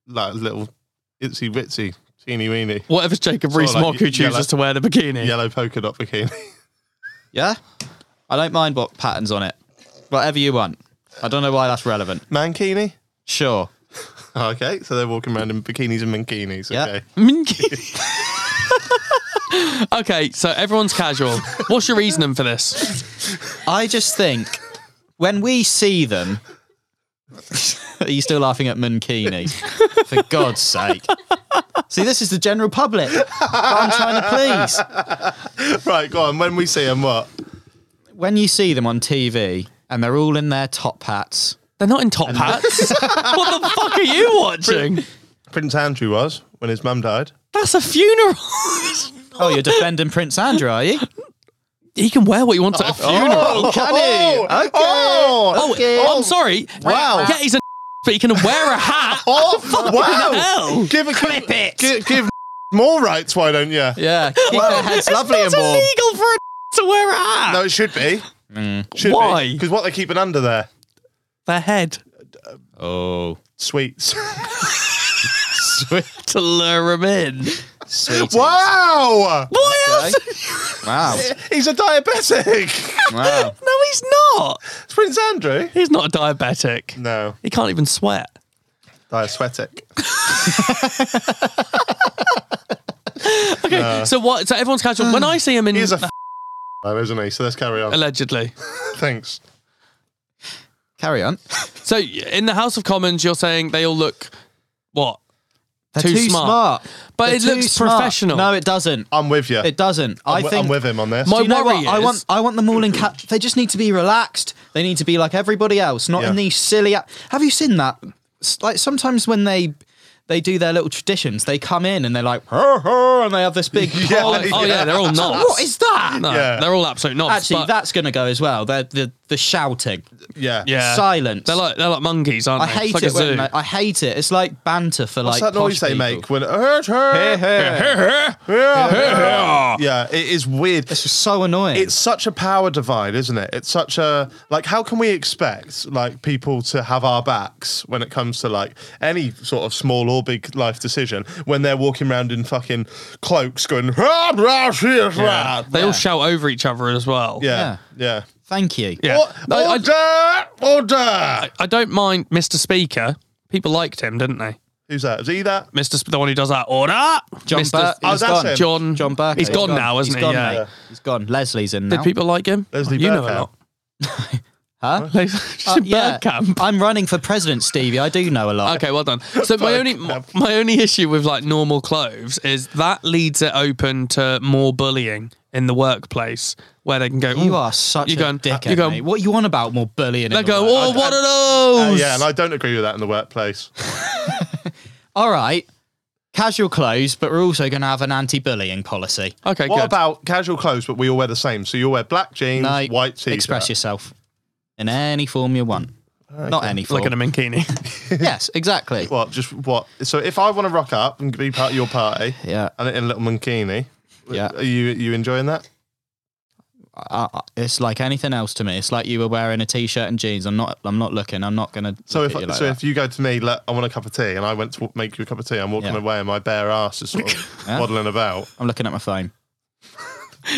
like little itsy bitsy, teeny weeny,
What if it's Jacob
Sort of
Rees Mogg
like
who
y-
chooses
yellow-
to wear the bikini?
yellow polka dot bikini? [laughs]
Yeah? I don't mind what patterns on it. Whatever you want. I don't know why that's relevant.
Mankini?
Sure.
Okay, so they're walking around in bikinis and mankinis.
Yeah.
Okay. [laughs]
Minky. okay, so everyone's casual. What's your reasoning for this?
I just think when we see them [laughs] Are you still laughing at Mankini? For God's sake. See, this is the general public. that I'm trying to please.
Right, go on. When we see them, what?
When you see them on TV and they're all in their top hats,
They're not in top hats. what the fuck are you watching?
Prince Andrew was when his mum died.
That's a funeral.
oh, you're defending Prince Andrew, are you?
he can wear what he wants at a funeral.
Oh, can he? Okay.
Oh, I'm sorry.
Wow.
Yeah, he's a but he can wear a
[laughs]
hat.
Oh, wow!
Hell.
Give a clip it. Give, give more rights, why don't you?
Yeah, keep their heads lovely and
It's
warm.
illegal for a to wear a hat.
No, it should be.
Mm.
Should
Why?
Because what they're keeping under there?
Their head
Oh,
Sweets.
to lure him in.
sweet.
wow!
Why else?
Wow.
He's a diabetic.
Wow.
[laughs] No, he's not.
It's Prince Andrew.
He's not a diabetic.
No,
He can't even sweat.
diabetic.
Okay, so what? So everyone's casual.
[sighs]
When I see him in
He's a f- though, isn't he? So let's carry on.
allegedly,
Thanks.
Carry on.
so in the House of Commons, you're saying they all look what?
They're
Too smart. But
They're
it
too
looks
smart.
professional.
No, it doesn't.
I'm with you.
It doesn't. i
I'm, wi-
think.
I'm with him on this.
My
Do you know
worry
what? I
is-
want. I want them all in. Ca- they just need to be relaxed. They need to be like everybody else, not
Yeah.
in these silly. a- Have you seen that? S- Like sometimes when they they do their little traditions. They come in and they're like, "Hur, hur," and they have
[laughs]
this big.
Yeah,
pole.
Oh, oh, yeah, they're all knobs.
What is that?
No,
Yeah.
they're all absolute knobs.
Actually,
but-
that's going to go as well. They're the the shouting.
Yeah.
yeah,
silence.
They're like they're like monkeys, aren't
I
they?
hate
it's like
it.
A zoo. [laughs]
When they, I hate it. It's like banter for
What's
like.
that noise
posh
they
people.
make when hurt
Hey,
her?
hey.
Yeah, it is weird.
It's just so annoying.
It's such a power divide, isn't it? It's such a like. How can we expect like people to have our backs when it comes to like any sort of small or big life decision when they're walking around in fucking cloaks going "Ah, rah, rah, rah, rah.
They all shout over each other as well.
Yeah, yeah.
Thank you.
Yeah.
Or-
No, I-
order, order.
I don't mind Mr. Speaker. People liked him, didn't they?
Who's that? Is he that?
Mr. Sp- the one who does that order.
John
Mr.
Burke.
Oh,
is
that's
gone.
him.
John.
John Burke.
He's gone now, isn't
He's
he?
gone,
yeah.
mate. He's gone. Leslie's in now.
Did people like him?
Leslie
you know a
Burkham.
lot. [laughs]
Huh?
They- Just
Uh, yeah.
Burkham.
I'm running for president, Stevie. I do know a lot.
Okay, well done. So my only my only issue with like normal clothes is that leads it open to more bullying in the workplace where they can go.
You
"Ooh."
are such
You're
a
going-
dickhead,
you're going-
mate. What you on about more bullying?
They
and
go,
all that?
oh, what are those?
Uh, yeah, and I don't agree with that in the workplace.
All right, casual clothes, but we're also going to have an anti-bullying policy.
okay,
What
good.
about casual clothes, but we all wear the same? So you'll wear black jeans,
No,
white t-shirt.
Express yourself in any form you want. Not any form.
like in a minkini?
yes, exactly.
What? Just what? So if I want to rock up and be part of your party,
Yeah.
and in a little mankini,
Yeah.
are you you enjoying that?
I, I- it's like anything else to me. It's like you were wearing a t-shirt and jeans. I'm not. I'm not looking. I'm not going to.
So if
you like
so
that.
if you go to me, look, I want a cup of tea, and I went to make you a cup of tea, I'm walking
Yeah.
away, and my bare ass is sort
[laughs]
of
Yeah.
waddling about.
I'm looking at my phone.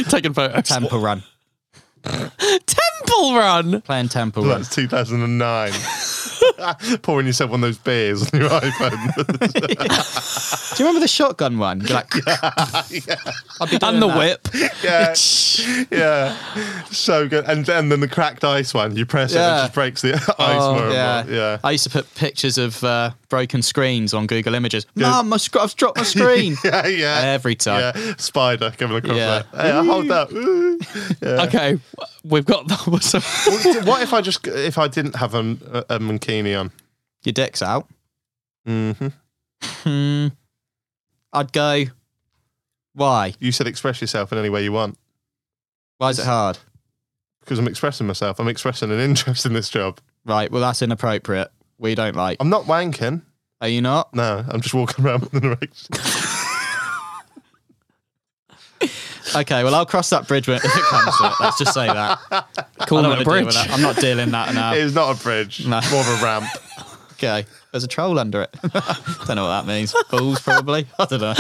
Taking photos.
Temple Run.
Temple Run.
Playing Temple Run. [laughs]
That's 2009. [laughs] Pouring yourself one of those beers on your iPhone. [laughs]
Do you remember the shotgun one? You're like, [laughs] I'd be doing
And the
that.
whip.
yeah,
[laughs]
yeah, so good. And, and then the cracked ice one, you press it, and
Yeah.
it just breaks the [laughs] ice.
Oh,
more and
yeah.
more. yeah. [laughs]
I used to put pictures of uh, broken screens on Google Images. Mum, my sc- I've dropped my screen.
yeah, yeah.
Every time.
Yeah, spider coming across
Yeah.
there. Hey, I hold
[laughs]
up. Ooh. Yeah.
Okay, [laughs] we've got that.
Well, what if I just if I didn't have a, a mankini on?
Your dick's out.
Mm-hmm.
Hmm. I'd go. Why?
You said express yourself in any way you want
Why is it hard?
because I'm expressing myself. I'm expressing an interest in this job.
Right. Well, that's inappropriate. We don't like.
I'm not wanking.
Are you not?
No, I'm just walking around with an erection.
Okay. Well, I'll cross that bridge when if it comes to it. Let's just say that.
[laughs]
I
Call
don't
it a
wanna deal with
bridge.
that. I'm not dealing that now.
[laughs]
It's not a bridge.
No.
It's more of a ramp.
Okay. There's a troll under it. [laughs] don't know what that means. Balls, probably. I don't know. [laughs]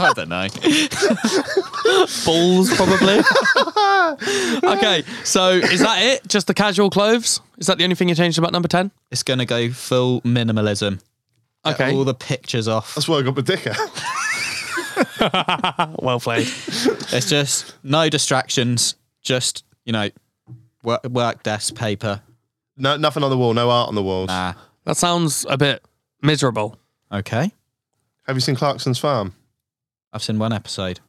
I don't know.
balls, probably.
[laughs]
okay, so is that it? Just the casual clothes? Is that the only thing you changed about number 10?
It's going to go full minimalism. Get
Okay.
all the pictures off.
That's why I got my dick out.
Well played.
It's just no distractions. Just, you know, work, work desk, paper.
No, nothing on the wall. No art on the walls.
Ah.
That sounds a bit miserable.
Okay.
Have you seen Clarkson's farm?
I've seen one episode.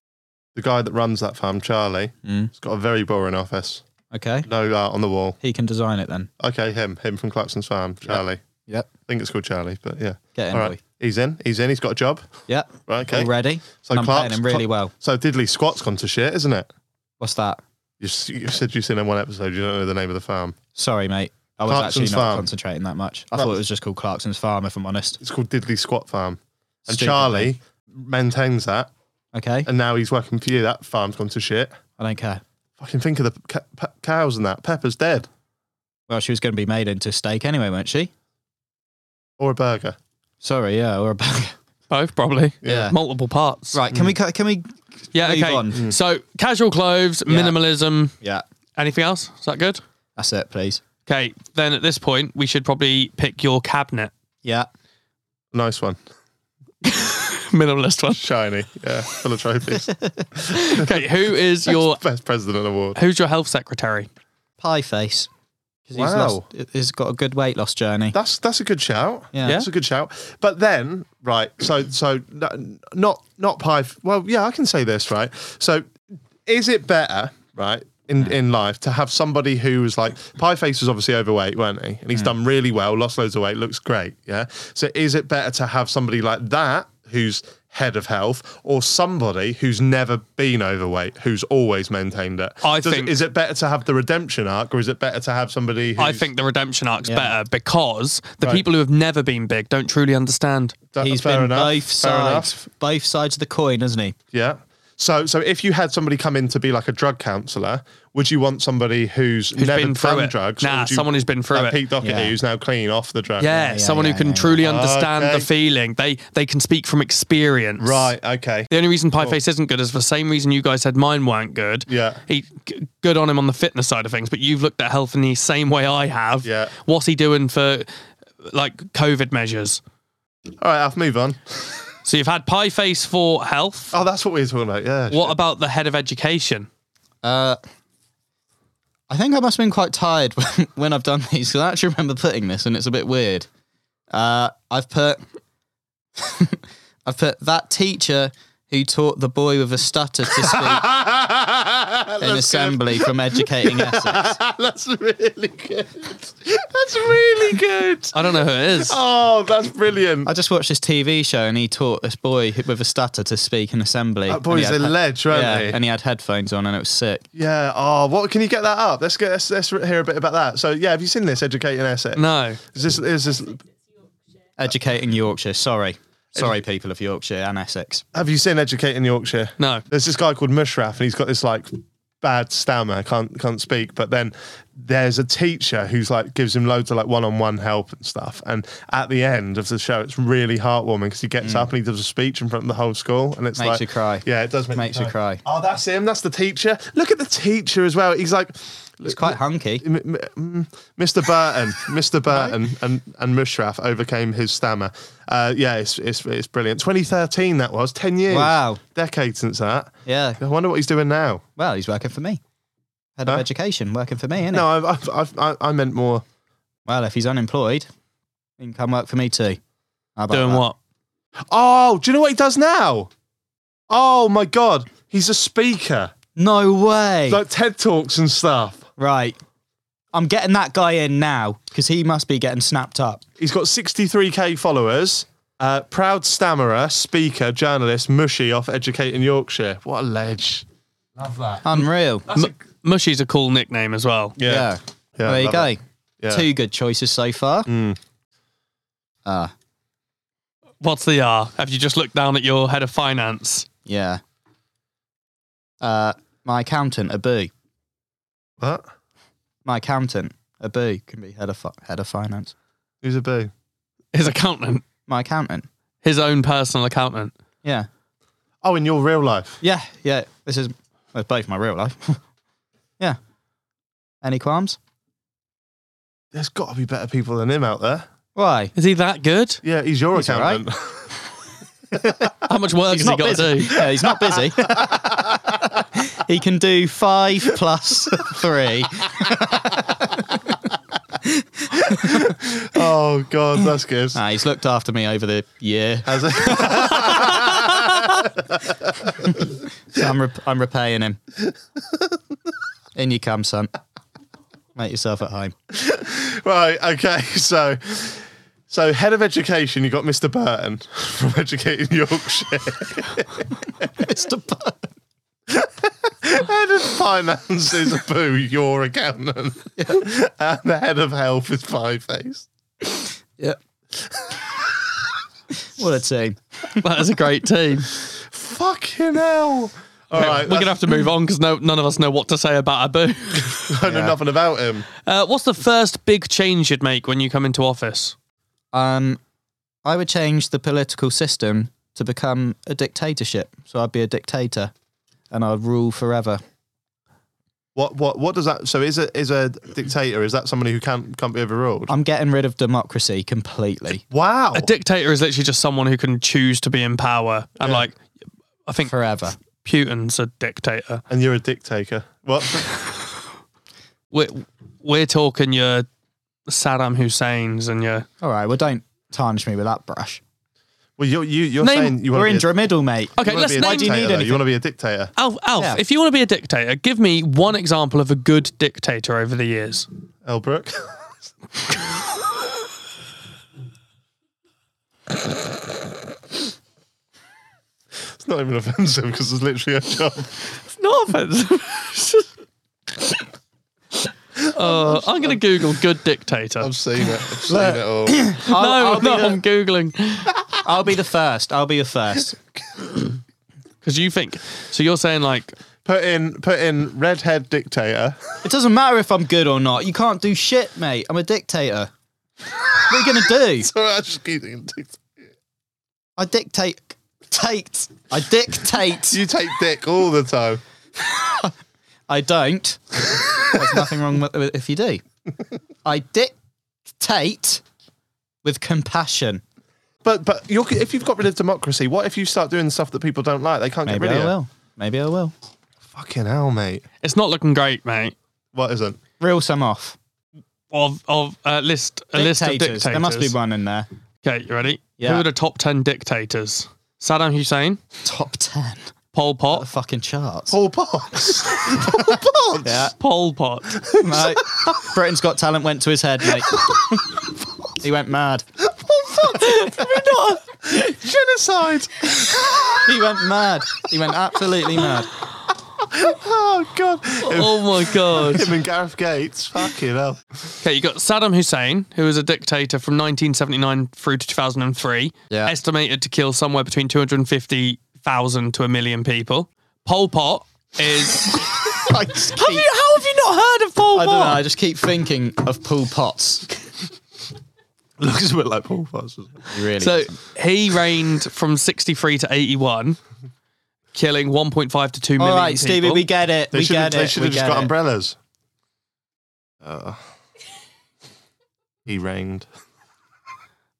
The guy that runs that farm, Charlie,
Mm.
he's got a very boring office.
Okay.
No art on the wall.
He can design it then.
Okay, him, him from Clarkson's farm, Charlie.
Yep.
I think it's called Charlie, but yeah.
Get in,
All right.
boy.
He's in. He's in. He's got a job.
Yep.
Right, okay.
All ready.
So
and I'm
Clark's-
playing him really
Clark-
well.
So Diddley Squat's gone to shit, isn't it?
What's that?
You, s- you said you've seen in one episode. You don't know the name of the farm.
Sorry, mate. I was
Clarkson's
actually not
Farm.
concentrating that much. I thought it was just called Clarkson's Farm, if I'm honest.
It's called Diddley Squat Farm. And
Stupid
Charlie maintains that,
Okay.
and now he's working for you. That farm's gone to shit.
I don't care.
Fucking think of the ca- p- cows and that. Pepper's dead,
Well, she was going to be made into steak anyway, weren't she?
or a burger.
Sorry, yeah, or a burger.
Both, probably.
Yeah.
Multiple parts.
[laughs] Right,
Hmm.
can we we can we
Yeah,
move
okay.
on?
So casual clothes, minimalism.
Yeah,
Anything else? Is that good?
that's it, please.
Okay, then at this point, we should probably pick your cabinet. [laughs]
Yeah,
Nice one,
Minimalist one.
shiny, yeah, [laughs] full of trophies.
Okay, who is your
Best president award.
who's your health secretary?
pie face. 'Cause He's,
Wow.
lost, he's got a good weight loss journey.
That's that's a good shout.
Yeah.
that's a good shout. But then, right? So so n- not not pie. Well, yeah, I can say this, right? So is it better, right? in, in life to have somebody who was like Pie Face was obviously overweight, weren't he?
Mm.
And he's done really well, lost loads of weight, looks great. Yeah. So is it better to have somebody like that who's head of health or somebody who's never been overweight who's always maintained it?
I
Does-
think-
is it better to have the redemption arc or is it better to have somebody who's
I think the redemption arc's
Yeah.
better because the
Right.
people who have never been big don't truly understand.
that-
He's
fair
been
enough,
both
fair
sides,
enough.
both sides of the coin, hasn't he?
Yeah. So so if you had somebody come in to be like a drug counselor, would you want somebody who's, never
been through
done
it.
drugs?
Nah,
or would you-
someone who's been through it.
like Pete Doherty,
Yeah.
who's now clean off the drug.
Yeah, someone
yeah,
who can
yeah,
truly understand
Okay.
the feeling. They they can speak from experience.
Right. Okay.
The only reason Pie Face isn't good is for the same reason you guys said mine weren't good.
Yeah.
He g- good on him on the fitness side of things, but you've looked at health in the same way I have.
Yeah.
What's he doing for like COVID measures?
All right, Alf, move on.
So you've had Pie Face for health.
Oh, that's what we were talking about. Yeah.
what about the head of education?
Uh, I think I must have been quite tired [laughs] when, when I've done these because I actually remember putting this and it's a bit weird. Uh, I've put [laughs] I've put that teacher who taught the boy with a stutter
[laughs]
to speak in assembly
[laughs]
from educating Essex.
[laughs] that's really good. That's really good.
[laughs] I don't know who it is.
Oh, that's brilliant.
I just watched this TV show and he taught this boy who- with a stutter to speak in assembly.
That
and he
boy's
had
a
he-
ledge, right?
yeah, and he had headphones on and it was sick.
yeah. Oh, what? Can you get that up? Let's get. Let's, let's hear a bit about that. So, yeah, have you seen this? Educating Essex.
No.
Is this? Is this?
Educating Yorkshire. Sorry, sorry, people of Yorkshire and Essex.
Have you seen Educating Yorkshire?
No.
There's this guy called Mushraf, and he's got this like bad stammer, can't can't speak. But then there's a teacher who's like gives him loads of like one-on-one help and stuff. And at the end of the show, it's really heartwarming because he gets up and he does a speech in front of the whole school, and it's
Mm. Makes
like
you cry.
Yeah, it does make
Makes you cry.
Oh, that's him. That's the teacher. Look at the teacher as well. He's like.
It's quite hunky.
M- m- mm, Mr. Burton, Mr. Burton, and and Mushraf overcame his stammer. Uh, yeah, it's, it's it's brilliant. 2013 that was ten years.
Wow.
decade since that.
Yeah.
I wonder what he's doing now.
Well, he's working for me. Head of
Huh?
education, working for me, is
No, I've, I've, I've, I- I meant more.
Well, if he's unemployed, he can come work for me too. How about
Doing
that?
what?
Oh, do you know what he does now? Oh my God, he's a speaker,
No way.
like TED talks and stuff.
right. I'm getting that guy in now because he must be getting snapped up.
He's got 63k followers. Uh, proud stammerer, speaker, journalist, mushy off educating Yorkshire. What a ledge!
Unreal.
M- Mushy's a cool nickname as well.
Yeah.
Yeah,
there you
love
go.
it. Yeah. Mm.
Two good choices so far. Ah,
What's the R? Have you just looked down at your head of finance?
yeah. Uh, my accountant, Abu.
What?
My accountant, Abu, can be head of fi- head of finance.
Who's a boo?
His accountant.
My accountant.
His own personal accountant.
Yeah.
Oh, in your real life.
Yeah, yeah. This is that's both my real life. [laughs] yeah. Any qualms?
There's got to be better people than him out there.
Why?
Is he that good?
Yeah, he's your
He's all right.
accountant. [laughs]
How much
[laughs]
work has he got to do?
Yeah, he's not busy.
[laughs]
he can do five plus three.
oh God, that's good.
Nah, he's looked after me over the year.
Has it? [laughs]
So I'm, rep- I'm repaying him. In you come, son. Make yourself at home. [laughs]
right. Okay. So, so head of education, you got Mr. Burton [laughs] from Educating Yorkshire. [laughs]
Mr. Button.
head of finance is [laughs] Boo, your accountant, [laughs] and the head of health is Pie Face.
Yeah. what a team.
That is a great team.
Fucking hell! All
Right,
right,
We're going to
that's-
have to move on because no, none of us know what to say about Abu.
I know nothing about him.
Uh, what's the first big change you'd make when you come into office?
Um, I would change the political system to become a dictatorship. So I'd be a dictator, and I'd rule forever.
What what what does that? So is a is a dictator? Is that somebody who can't can't be overruled?
I'm getting rid of
[laughs]
democracy completely
Wow.
A dictator is literally just someone who can choose to be in power. And like, I think
forever.
Putin's a dictator.
and you're a dictator. What?
We're, we're talking your Saddam Hussein's and your.
All right, well, don't tarnish me with that brush.
Well, you're, you, you're
Name-
saying you want
We're
to
in
be a,
Dremidel, mate.
Okay,
you wanna
let's
be a
name- Why do
dictator.
you
need
though.
anything?
You want to be a dictator.
Alf, Alf
Yeah.
if you want to be a dictator, give me one example of a good dictator over the years.
Elbrook. [laughs] it's not even offensive because it's literally a job.
It's not offensive. [laughs] Uh, I'm going to Google good dictator.
I've seen it. I've seen it all.
I'll,
no,
I'll, be
no,
the,
I'm Googling.
I'll be the first. I'll be the first.
Because you think. So you're saying, like,
Put in, put in redhead dictator. [laughs]
It doesn't matter if I'm good or not. You can't do shit, mate. I'm a dictator. What are you gonna do?
Sorry, I just keep thinking dictator.
I dictate. [laughs] Tate. I dictate.
You take dick all the time.
I don't. There's nothing wrong with with- if you do. I dictate with compassion.
But but you're, if you've got rid of democracy, what if you start doing stuff that people don't like? They can't
Maybe
get rid
I
of. you.
will. Maybe I will.
Fucking hell, mate.
it's not looking great, mate.
What isn't?
Reel some off.
Of of uh, list a list of dictators.
There must be one in there.
Okay, you ready?
Yeah.
Who are the top ten dictators? Saddam Hussein,
Top ten.
Pol
The
Pot,
fucking charts.
Paul Potts. [laughs] Paul Potts.
Yeah.
Pol Pot.
Mate, Britain's Got Talent went to his head, mate. he went mad.
Genocide.
He went mad. He went absolutely mad.
Oh god. Him,
Oh my god.
him and Gareth Gates. Fucking hell.
[laughs]
[laughs]
Okay, you got Saddam Hussein, who was a dictator from 1979 through to 2003,
Yeah.
estimated to kill somewhere between 250,000 to a million people. Pol Pot [laughs] is.
I just keep,
how have you not heard of Pol
I don't know. I just keep thinking of Paul Potts.
Looks a bit like Paul Potts. doesn't it?
He really.
So
doesn't.
he reigned from 63 to 81, killing 1.5 to 2 million
all right, Stevie,
people.
we get it.
They
we
should have,
get
they
it.
should
We
have just
get
got
it. Uh.
umbrellas. Oh. He reigned.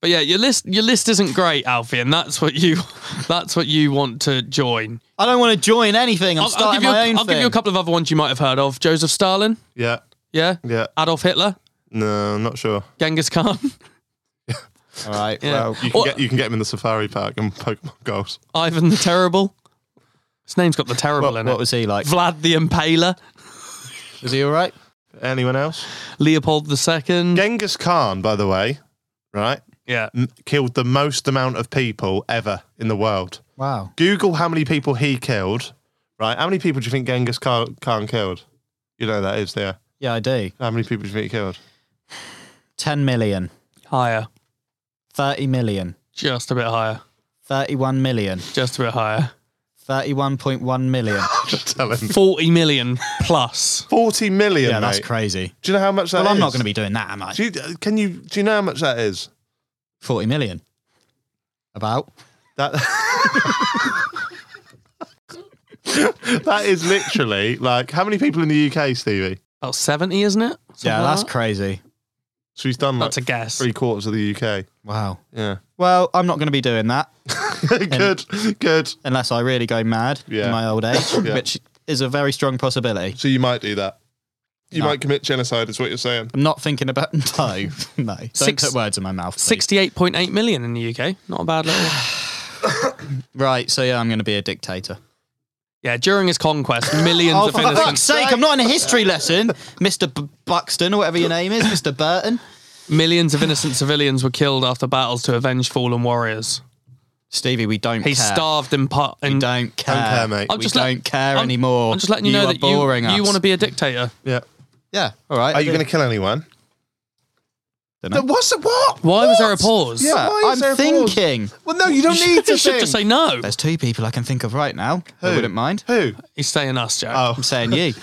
But yeah, your list your list isn't great, Alfie, and that's what you [laughs] that's what you want to join.
I don't want to join anything. I'm
I'll, I'll
starting
give you
my
a,
own
I'll
thing.
give you a couple of other ones you might have heard of. Joseph Stalin,
Yeah.
yeah,
Yeah.
Adolf Hitler,
No, I'm not sure.
Genghis Khan. [laughs]
All right.
Yeah.
Well,
You can,
Or-
get, you can get him in the safari park and Pokemon goals.
Ivan the Terrible. His name's got the terrible in it.
what was he like?
Vlad the Impaler,
Was he all right?
Anyone else?
Leopold the Second.
Genghis Khan, by the way, right,
Yeah,
m- killed the most amount of people ever in the world.
Wow.
Google how many people he killed, right? How many people do you think Genghis Khan, Khan killed? You know that is there.
Yeah, I do.
How many people do you think he killed?
10 million,
higher,
30 million,
just a bit higher,
31 million,
just a bit higher.
31.1 million.
Just tell him.
Forty million plus.
40 million,
yeah,
mate.
that's crazy.
Do you know how much that
Well,
is?
I'm not going to be doing that, am I?
Do you, uh, can you, do you know how much that is?
40 million. About.
That. that is literally like how many people in the UK, Stevie?
About seventy, isn't it? Something
yeah,
like
that's
that.
crazy.
So he's done like
That's a guess.
three quarters of the UK.
Wow.
Yeah.
Well, I'm not going to be doing that
[laughs] good, good.
unless I really go mad
Yeah.
in my
[coughs]
old age,
Yeah.
which is a very strong possibility.
So you might do that. You
No.
might commit genocide, is what you're saying.
I'm not thinking about [laughs] no, no. Don't
Six-
put words in my mouth. please.
68.8 million in the UK. Not a bad little.
[sighs] Right. So yeah, I'm going to be a dictator.
yeah, during his conquest, millions
Oh,
of
for fuck's
innocent,
sake! I'm not in a history lesson, Mister B- Buxton or whatever your name is, Mister Burton.
millions of innocent civilians were killed after battles to avenge fallen warriors.
Stevie, we don't.
He
care.
starved in part.
We
In,
don't care.
care, mate.
We don't care
I'm-
anymore.
I'm just letting you, know
are
that
boring
you,
us.
you want to be a dictator.
Yeah.
Yeah. All right.
Are you going to kill anyone?
Dunno.
What's the what?
Why was there a pause?
Yeah. Why is there
I'm
a pause?
thinking.
Well, no, you don't need to
You should
think.
just say no.
There's two people I can think of right now. Who? I wouldn't mind.
Who?
He's saying us, Jack.
I'm saying you.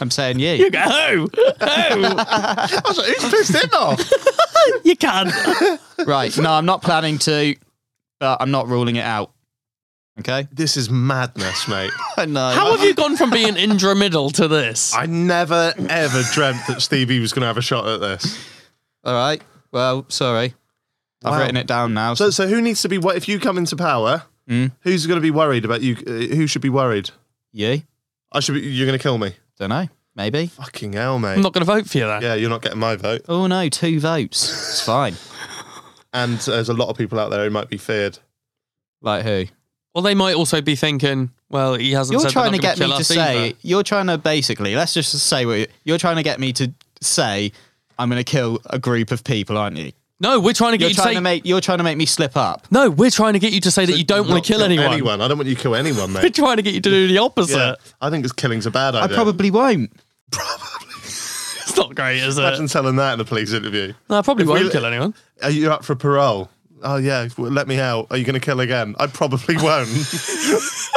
I'm saying you.
You go. Oh,
I was like, who's pissed him off?
you can.
Right. No, I'm not planning to, but I'm not ruling it out. Okay.
[laughs] This is madness, mate.
I know.
How have you gone from being Indra Middle to this?
I never ever dreamt that Stevie was going to have a shot at this.
All right. Well, sorry. I've
Wow.
written it down now.
So, so who needs to be? What if you come into power?
Hmm?
Who's going to be worried about you? uh, Who should be worried?
you?
I should. Be, you're going to kill me.
Don't know. Maybe.
Fucking hell, mate.
I'm not going to vote for you then.
yeah, you're not getting my vote.
Oh no, two votes. It's fine.
And there's a lot of people out there who might be feared.
Like who?
Well, they might also be thinking, well, he hasn't.
You're
said
trying to
they're not
get
gonna kill
me to
us
say.
either.
You're trying to basically. Let's just say what you- you're trying to get me to say. I'm going to kill a group of people, aren't you?
No, we're trying to get
You're
you to
trying
say.
to make. You're trying to make me slip up.
no, we're trying to get you to say that you don't want
Not
to kill anyone.
I don't want you to
[laughs]
kill anyone,
We're
mate.
trying to get you to do the opposite.
Yeah, I think it's killing's a bad
I
idea.
probably won't.
It's not great, is it?
imagine telling that in a police interview.
no, I probably
If
won't
we-
kill anyone.
Are you up for parole? Oh yeah, w- let me out. Are you going to kill again? I probably won't.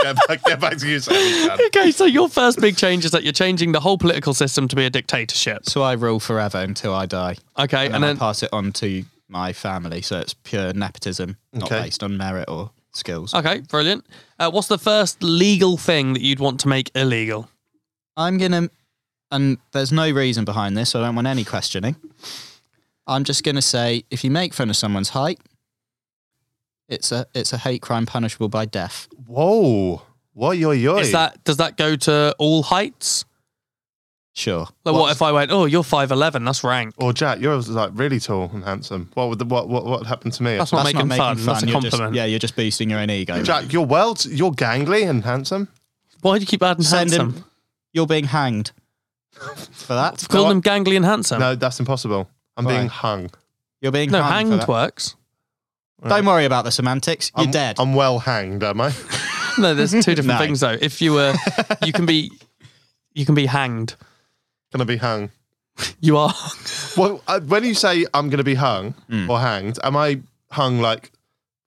get, back, get back to you, Sammy.
Okay, so your first big change is that you're changing the whole political system to be a dictatorship.
So I rule forever until I die.
Okay, and
and, then,
then-
I pass it on to my family. So it's pure nepotism, not
Okay.
based on merit or skills.
Okay, brilliant. Uh, what's the first legal thing that you'd want to make illegal?
I'm gonna, and there's no reason behind this. So I don't want any questioning. I'm just gonna say, if you make fun of someone's height, it's a it's a hate crime punishable by death.
Whoa! What yo yo?
Is that does that go to all heights?
Sure.
Like, what, if I went? Oh, you're five eleven. That's rank.
Or Oh, Jack, you're like really tall and handsome. What would the, what what what happened to me?
That's not making, fun. That's a
you're just-
compliment.
yeah, you're just boosting your own ego.
Jack, you're well, t- you're gangly and handsome.
Why do you keep adding
Send him-
handsome?
You're being hanged for that.
Call
No,
them gangly and handsome.
No, that's impossible. I'm
Why?
being hung.
You're being
No,
hanged. for
hanged
that.
works.
Don't worry about the semantics. You're
I'm,
dead.
I'm well hanged, am I? [laughs]
No, there's two
[laughs]
different
No.
things though. If you were,
[laughs]
you can be, you can be hanged.
Gonna be hung.
You are. [laughs]
Well, uh, when you say I'm gonna be hung
Hmm.
or hanged, am I hung like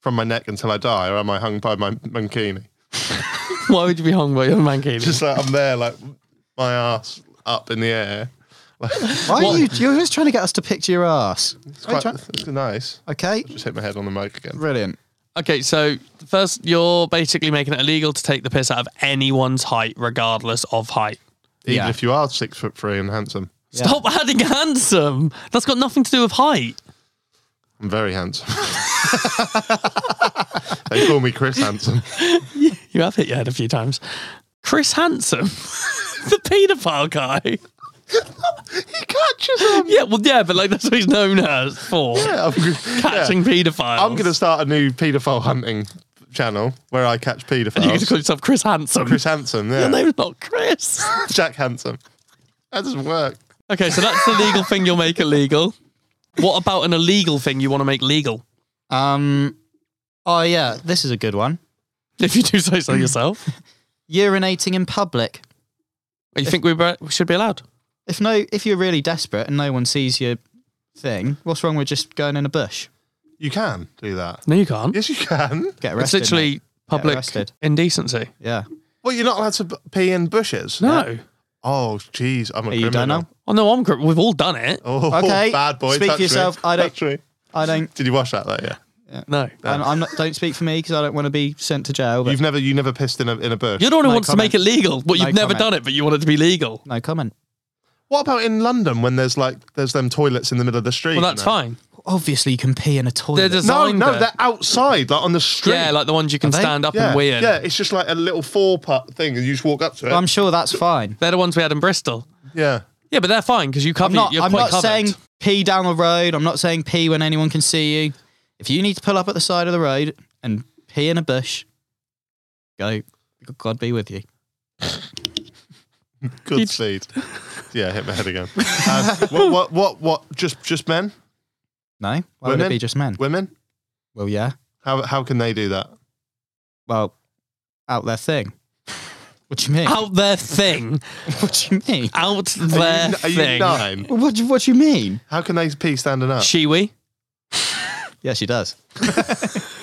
from my neck until I die, or am I hung by my mankini?
Why would you be hung by your mankini?
Just like I'm there, like my ass up in the air. Like,
Why are you? You're just trying to get us to picture your ass.
it's quite it's nice.
Okay.
Just hit my head on the mic again.
Brilliant.
Okay, so first, you're basically making it illegal to take the piss out of anyone's height, regardless of height.
Even
Yeah.
if you are six foot three and handsome,
Stop adding [laughs] handsome. That's got nothing to do with height.
I'm very [laughs] handsome. they call me Chris [laughs] Handsome.
You have hit your head a few times. Chris Handsome, [laughs] the paedophile guy. he catches him. Yeah, well, yeah, but like that's what he's known as for
I'm,
catching paedophiles.
I'm gonna start a new paedophile hunting channel where I catch
And you're gonna
paedophiles.
call yourself Chris Handsome.
Chris Handsome, yeah.
Your name's not Chris.
[laughs] Jack Handsome. That doesn't work.
okay, so that's the legal thing you'll make illegal. What about an illegal thing you want to make legal?
Um. Oh yeah, this is a good one.
If you do say so yourself.
Urinating in public.
You think we be- we should be allowed?
If no, if you're really desperate and no one sees your thing, what's wrong with just going in a bush?
You can do that.
No, you can't.
Yes, you can.
Get
it's
arrested.
literally
mate.
public
arrested.
indecency.
Yeah.
Well, you're not allowed to b- pee in bushes.
No.
Oh, jeez, I'm a
Are
criminal.
you done now?
Oh no, I'm. gr- We've all done it.
Oh,
Okay,
bad boy.
speak for
touch me,
yourself. I don't-
touch me.
I don't.
Did you wash that though? Yeah.
No.
I'm, I'm not. Don't speak for me because I don't want to be sent to jail. But
You've never you never pissed in a in a bush.
You're the one who
No
wants
comment.
to make it legal, but
No
you've never
comment.
done it, but you want it to be legal.
no comment.
What about in London when there's like there's them toilets in the middle of the street?
Well,
and
that's
that?
fine.
Obviously, you can pee in a
They're
toilet.
No,
designed.
no,
it.
they're outside, like on the street.
yeah, like the ones you can
they?
stand up
yeah,
and wee in.
yeah. It's just like a little four part thing, and you just walk up to it.
I'm sure that's fine.
They're the ones we had in Bristol.
yeah,
Yeah, but they're fine because you cover.
I'm not.
you're
I'm
quite covered.
not saying pee down the road. I'm not saying pee when anyone can see you. If you need to pull up at the side of the road and pee in a bush, go. God be with you.
[laughs]
good speed. yeah, hit my head again. Um, what, what, what, what? Just, just men,
No, why would
Women?
it be just men?
women.
Well, yeah.
How how can they do that?
Well, out their [laughs] thing. What do you mean?
out their thing,
What do you mean?
out their
Are you
thing.
nine?
[laughs] What do, what do you mean?
How can they pee standing up?
Shiwi.
Yeah, she does.
Have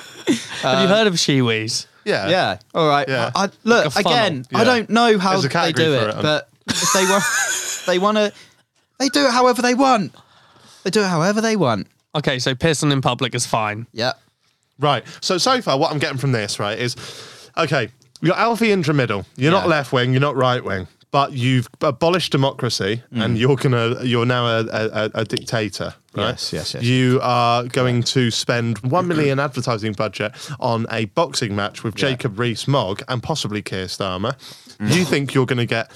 Uh,
you heard of shiwis?
yeah,
yeah. All right.
Yeah.
I, I- look
Like a funnel.
again.
Yeah.
I don't know how
There's a
they do
category
it,
for it, um.
but if they
[laughs]
want, they want to. They do it however they want. They do it however they want.
Okay, so pissing in public is fine.
Yeah.
Right. So so far, what I'm getting from this, right, is okay. You're Alfie intramiddle. You're not
Yeah.
left wing. You're not right wing. But you've abolished democracy,
Mm.
and you're gonna you're now a, a, a- a dictator. Right?
Yes, yes, yes.
You are going to spend one million advertising budget on a boxing match with Jacob Rees-Mogg and possibly Keir Starmer.
Mm.
You think you're going to get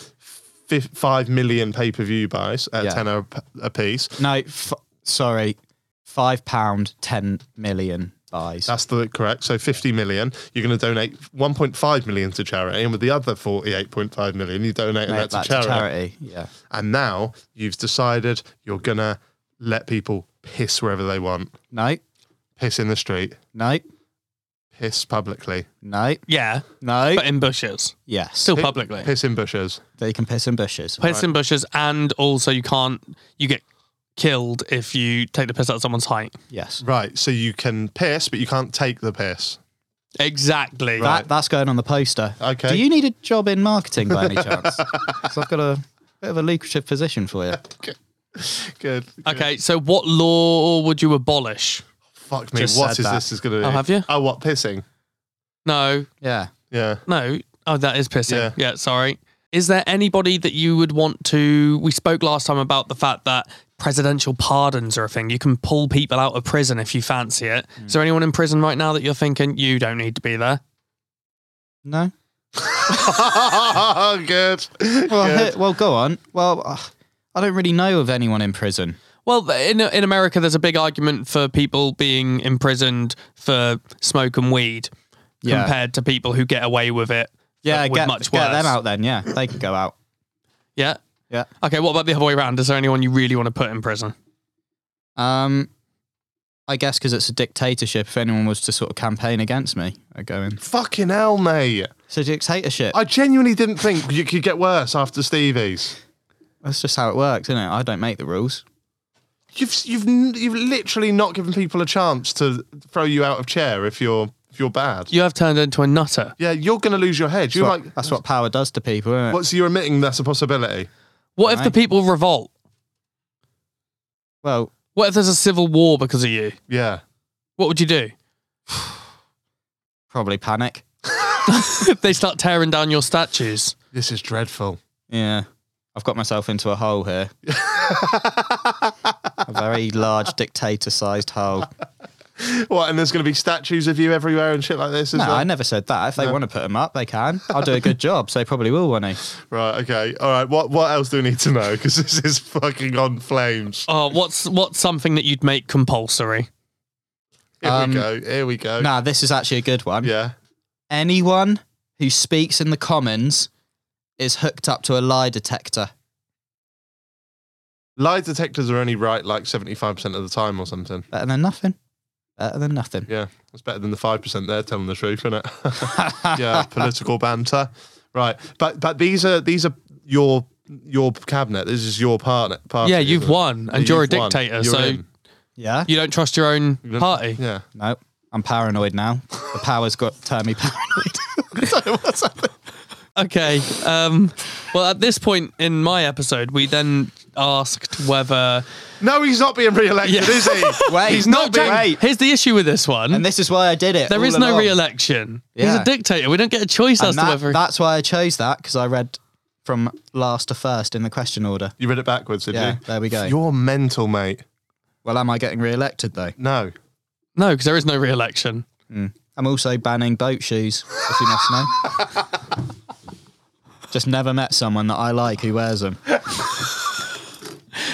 fif- five million pay-per-view buys at
Yeah.
ten a, a piece?
No. F- sorry. Five pound ten million buys.
That's the correct. So 50 million, you're going to donate 1.5 million to charity, and with the other 48.5 million, you donate that,
Donate
to charity.
Yeah.
And now you've decided you're going to let people piss wherever they want.
No,
Piss in the street,
no,
piss publicly,
no,
Yeah,
no.
but in bushes,
yes.
still
Pi-
publicly.
piss in bushes.
They can piss in bushes.
piss in bushes, and also you can't. You get killed if you take the piss out of someone's height.
Yes.
Right. So you can piss, but you can't take the piss.
Exactly.
That, that's going on the poster.
Okay.
Do you need a job in marketing by
[laughs]
any chance? Because I've got a bit of a lucrative position for you.
Good.
Okay, so what law would you abolish?
Fuck me.
Just
What
said
is
that.
this is going to be?
Oh, have you?
Oh, what? Pissing?
No,
Yeah.
Yeah.
no. Oh, that is pissing.
Yeah.
Yeah. sorry. Is there anybody that you would want to? We spoke last time about the fact that presidential pardons are a thing. You can pull people out of prison if you fancy it. Is there anyone in prison right now that you're thinking you don't need to be there?
No.
[laughs] Good.
Well,
Good.
he- [laughs] well, go on. Well, ugh, I don't really know of anyone in prison.
Well, th- in in America, there's a big argument for people being imprisoned for smoking weed
Yeah.
compared to people who get away with it. uh,
Yeah,
with
get,
much
get
worse.
them out then. Yeah, they can
[laughs]
go out.
Yeah.
Yeah.
Okay. What about the other way around? Is there anyone you really want to put in prison?
Um, I guess because it's a dictatorship. If anyone was to sort of campaign against me, I'd go in.
Fucking hell, mate.
It's a dictatorship.
I genuinely didn't think you could get worse after Stevie's.
That's just how it works, isn't it? I don't make the rules.
You've you've n- you've literally not given people a chance to throw you out of chair if you're if you're bad.
You have turned into a nutter.
Yeah, you're going to lose your head.
That's
You're
what,
like,
that's what power does to people, isn't it?
what? So you're admitting that's a possibility.
What if the
Right.
people revolt?
Well,
What if there's a civil war because of you?
Yeah.
What would you do? [laughs]
probably panic.
if they start tearing down your statues?
This is dreadful.
Yeah. I've got myself into a hole here. a very large dictator sized hole.
What? And there's going to be statues of you everywhere and shit like this. Is
No,
there?
I never said that. If they want to put them up, they can. I'll do a good job, so they probably will, won't they?
Right. Okay. All right. What What else do we need to know? Because this is fucking on flames.
Oh, what's what's something that you'd make compulsory?
Here
Um,
we go. Here we go.
Nah, this is actually a good one.
Yeah.
Anyone who speaks in the Commons is hooked up to a lie detector.
Lie detectors are only right like seventy five percent of the time or something.
Better than nothing. Better than nothing.
Yeah, that's better than the five percent there telling the truth,
[laughs]
isn't it? yeah, political banter. Right, but but these are these are your your cabinet. This is your partner. Party,
yeah, you've
isn't it?
won, and
You've
you're a
won.
dictator,
You're
so
in.
Yeah?
you don't trust your own
You're-
party. [laughs]
Yeah,
No, I'm paranoid now. The power's got turned me paranoid.
Okay. Um, well, at this point in my episode, we then asked whether
no, he's not being re-elected,
Yeah.
is
[laughs]
he? [laughs]
Wait,
he's
Oh,
not being.
Jack. Wait.
Here's the issue with this one.
and this is why I did it.
there
all
is no
along.
re-election. He's
Yeah.
a dictator. We don't get a choice as
And
to
that-
whether.
that's why I chose that because I read from last to first in the question order.
You read it backwards, did
Yeah,
you?
there we go.
You're mental, mate.
Well, am I getting re-elected though?
No, [laughs]
no, because there is no re-election.
I'm also banning boat shoes, if you must know. [laughs] Just never met someone that I like who wears them.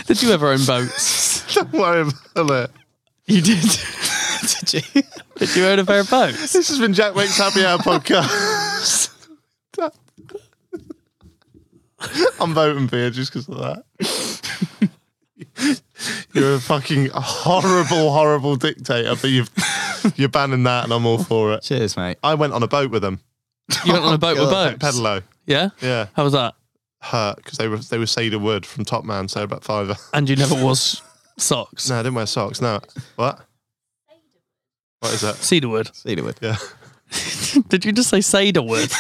Did you ever own boats?
don't worry about it.
[laughs] you did.
Did you?
[laughs] did you own a pair of [laughs] boats?
This has been Jack Wake's Happy Hour podcast. I'm voting for you just because of that. You're a fucking horrible, horrible dictator, but you've you're banning that, and I'm all for it.
Cheers, mate.
I went on a boat with them,
You went on a boat with boats.
Pedalo.
Oh, Yeah.
Yeah,
How was that?
hurt because they were they were cedar wood from Top Man, so about five.
And you never wore s- socks.
No, I didn't wear socks. No, what? What is that? [laughs]
Cedarwood.
Cedarwood.
Yeah,
Did you just say
[laughs]
Cedarwood?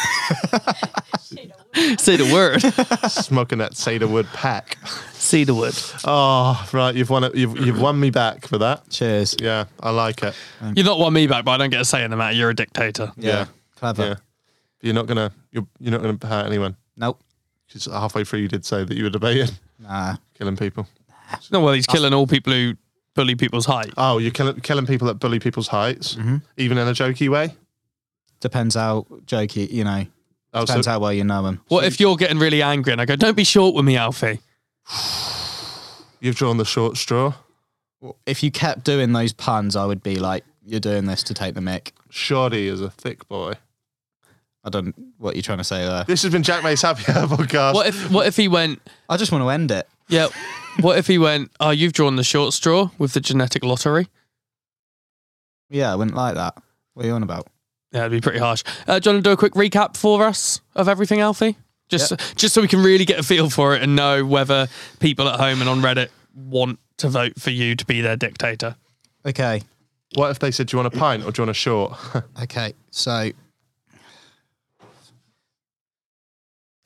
Cedarwood.
smoking that cedar wood pack.
Cedarwood.
Oh, right, you've won it. You've you've won me back for that.
Cheers.
Yeah, I like it.
You've not won me back, but I don't get a say in the matter. You're a dictator.
Yeah. Clever.
Um, Yeah. You're not gonna you're you're not gonna hurt anyone.
Nope.
Because halfway through you did say that you were debating [laughs]
Nah.
killing people.
No, well,
Uh,
he's killing all people who bully people's height.
Oh, you're killing killing people that bully people's heights,
Mm-hmm.
even in a jokey way.
Depends how jokey, you know.
Oh,
Depends
so-
how well you know them.
What if you're getting really angry and I go, don't be short with me, Alfie?
you've drawn the short straw.
If you kept doing those puns, I would be like, you're doing this to take the mic.
Shoddy is a thick boy.
I don't what you're trying to say there.
This has been Jack May's Happy Hour podcast.
What if what if he went?
I just want to end it.
Yeah. What if he went? Oh, you've drawn the short straw with the genetic lottery.
Yeah, I wouldn't like that. What are you on about?
Yeah, that'd be pretty harsh. Uh, do you want to do a quick recap for us of everything, Alfie? Just just so we can really get a feel for it and know whether people at home and on Reddit want to vote for you to be their dictator.
Okay.
What if they said, Do you want a pint or do you want a short? [laughs]
Okay, so I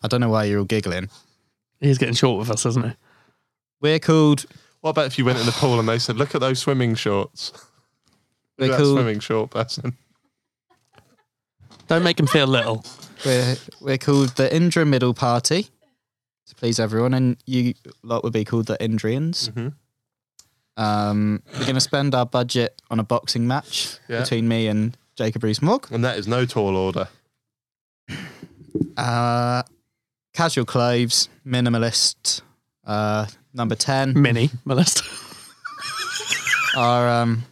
don't know why you're all giggling.
He's getting short with us, isn't he?
We're called
what about if you went in the pool and they said, Look at those swimming shorts?
we're
that
called
swimming short person.
Don't make him feel little.
we're, we're called the Indra Middle Party. To please everyone, and you lot would be called the Indrians. Um, we're going to spend our budget on a boxing match
Yeah.
between me and Jacob Rees-Mogg.
And that is no tall order.
Uh, casual clothes, minimalist. Uh, number ten.
Mini molester.
[laughs] Our um,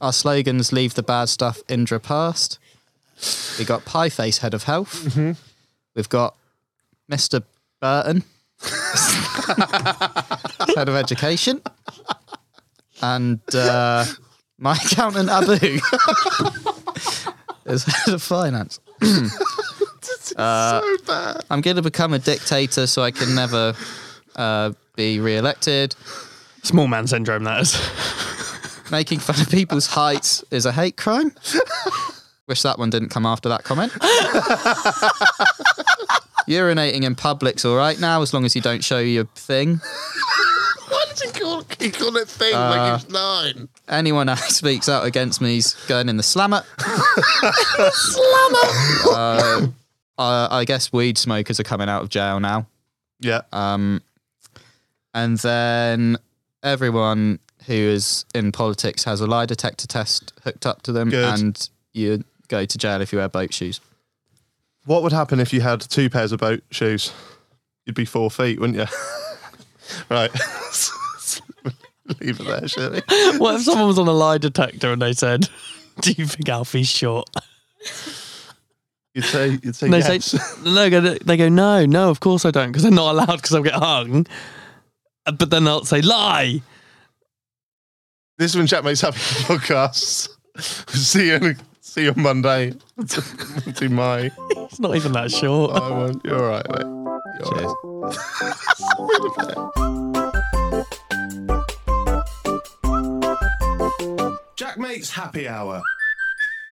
our slogans: leave the bad stuff, Indra past. We got Pie Face, head of health. We've got Mister Burton, head of education, and uh, my accountant Abu is head of finance. I'm going to become a dictator so I can never uh, be re-elected.
Small man syndrome, that is.
Making fun of people's heights is a hate crime. Wish that one didn't come after that comment. [laughs] Urinating in public's all right now, as long as you don't show your thing.
Why did he call, he call it thing like it's nine?
Anyone who speaks out against me's going in the slammer. [laughs] slammer. Uh, uh, I guess weed smokers are coming out of jail now.
Yeah.
And then everyone who is in politics has a lie detector test hooked up to them,
Good.
and you go to jail if you wear boat shoes.
what would happen if you had two pairs of boat shoes? You'd be four feet, wouldn't you? [laughs] right. [laughs] Leave it there, Shirley.
[laughs] What if someone was on a lie detector and they said, "Do you think Alfie's short?"
You'd say, you'd say
And they
yes.
say, "No." go- They go, "No, no, of course I don't," because they're not allowed because I'll get hung. Uh, But then they'll say, "Lie."
[laughs] this has been Jack Mates Happy Podcast. [laughs] see you see you on Monday. [laughs] to my
It's not even that short.
I won't. You're all right, mate. You're all
Cheers.
Jack Mate's Happy Hour.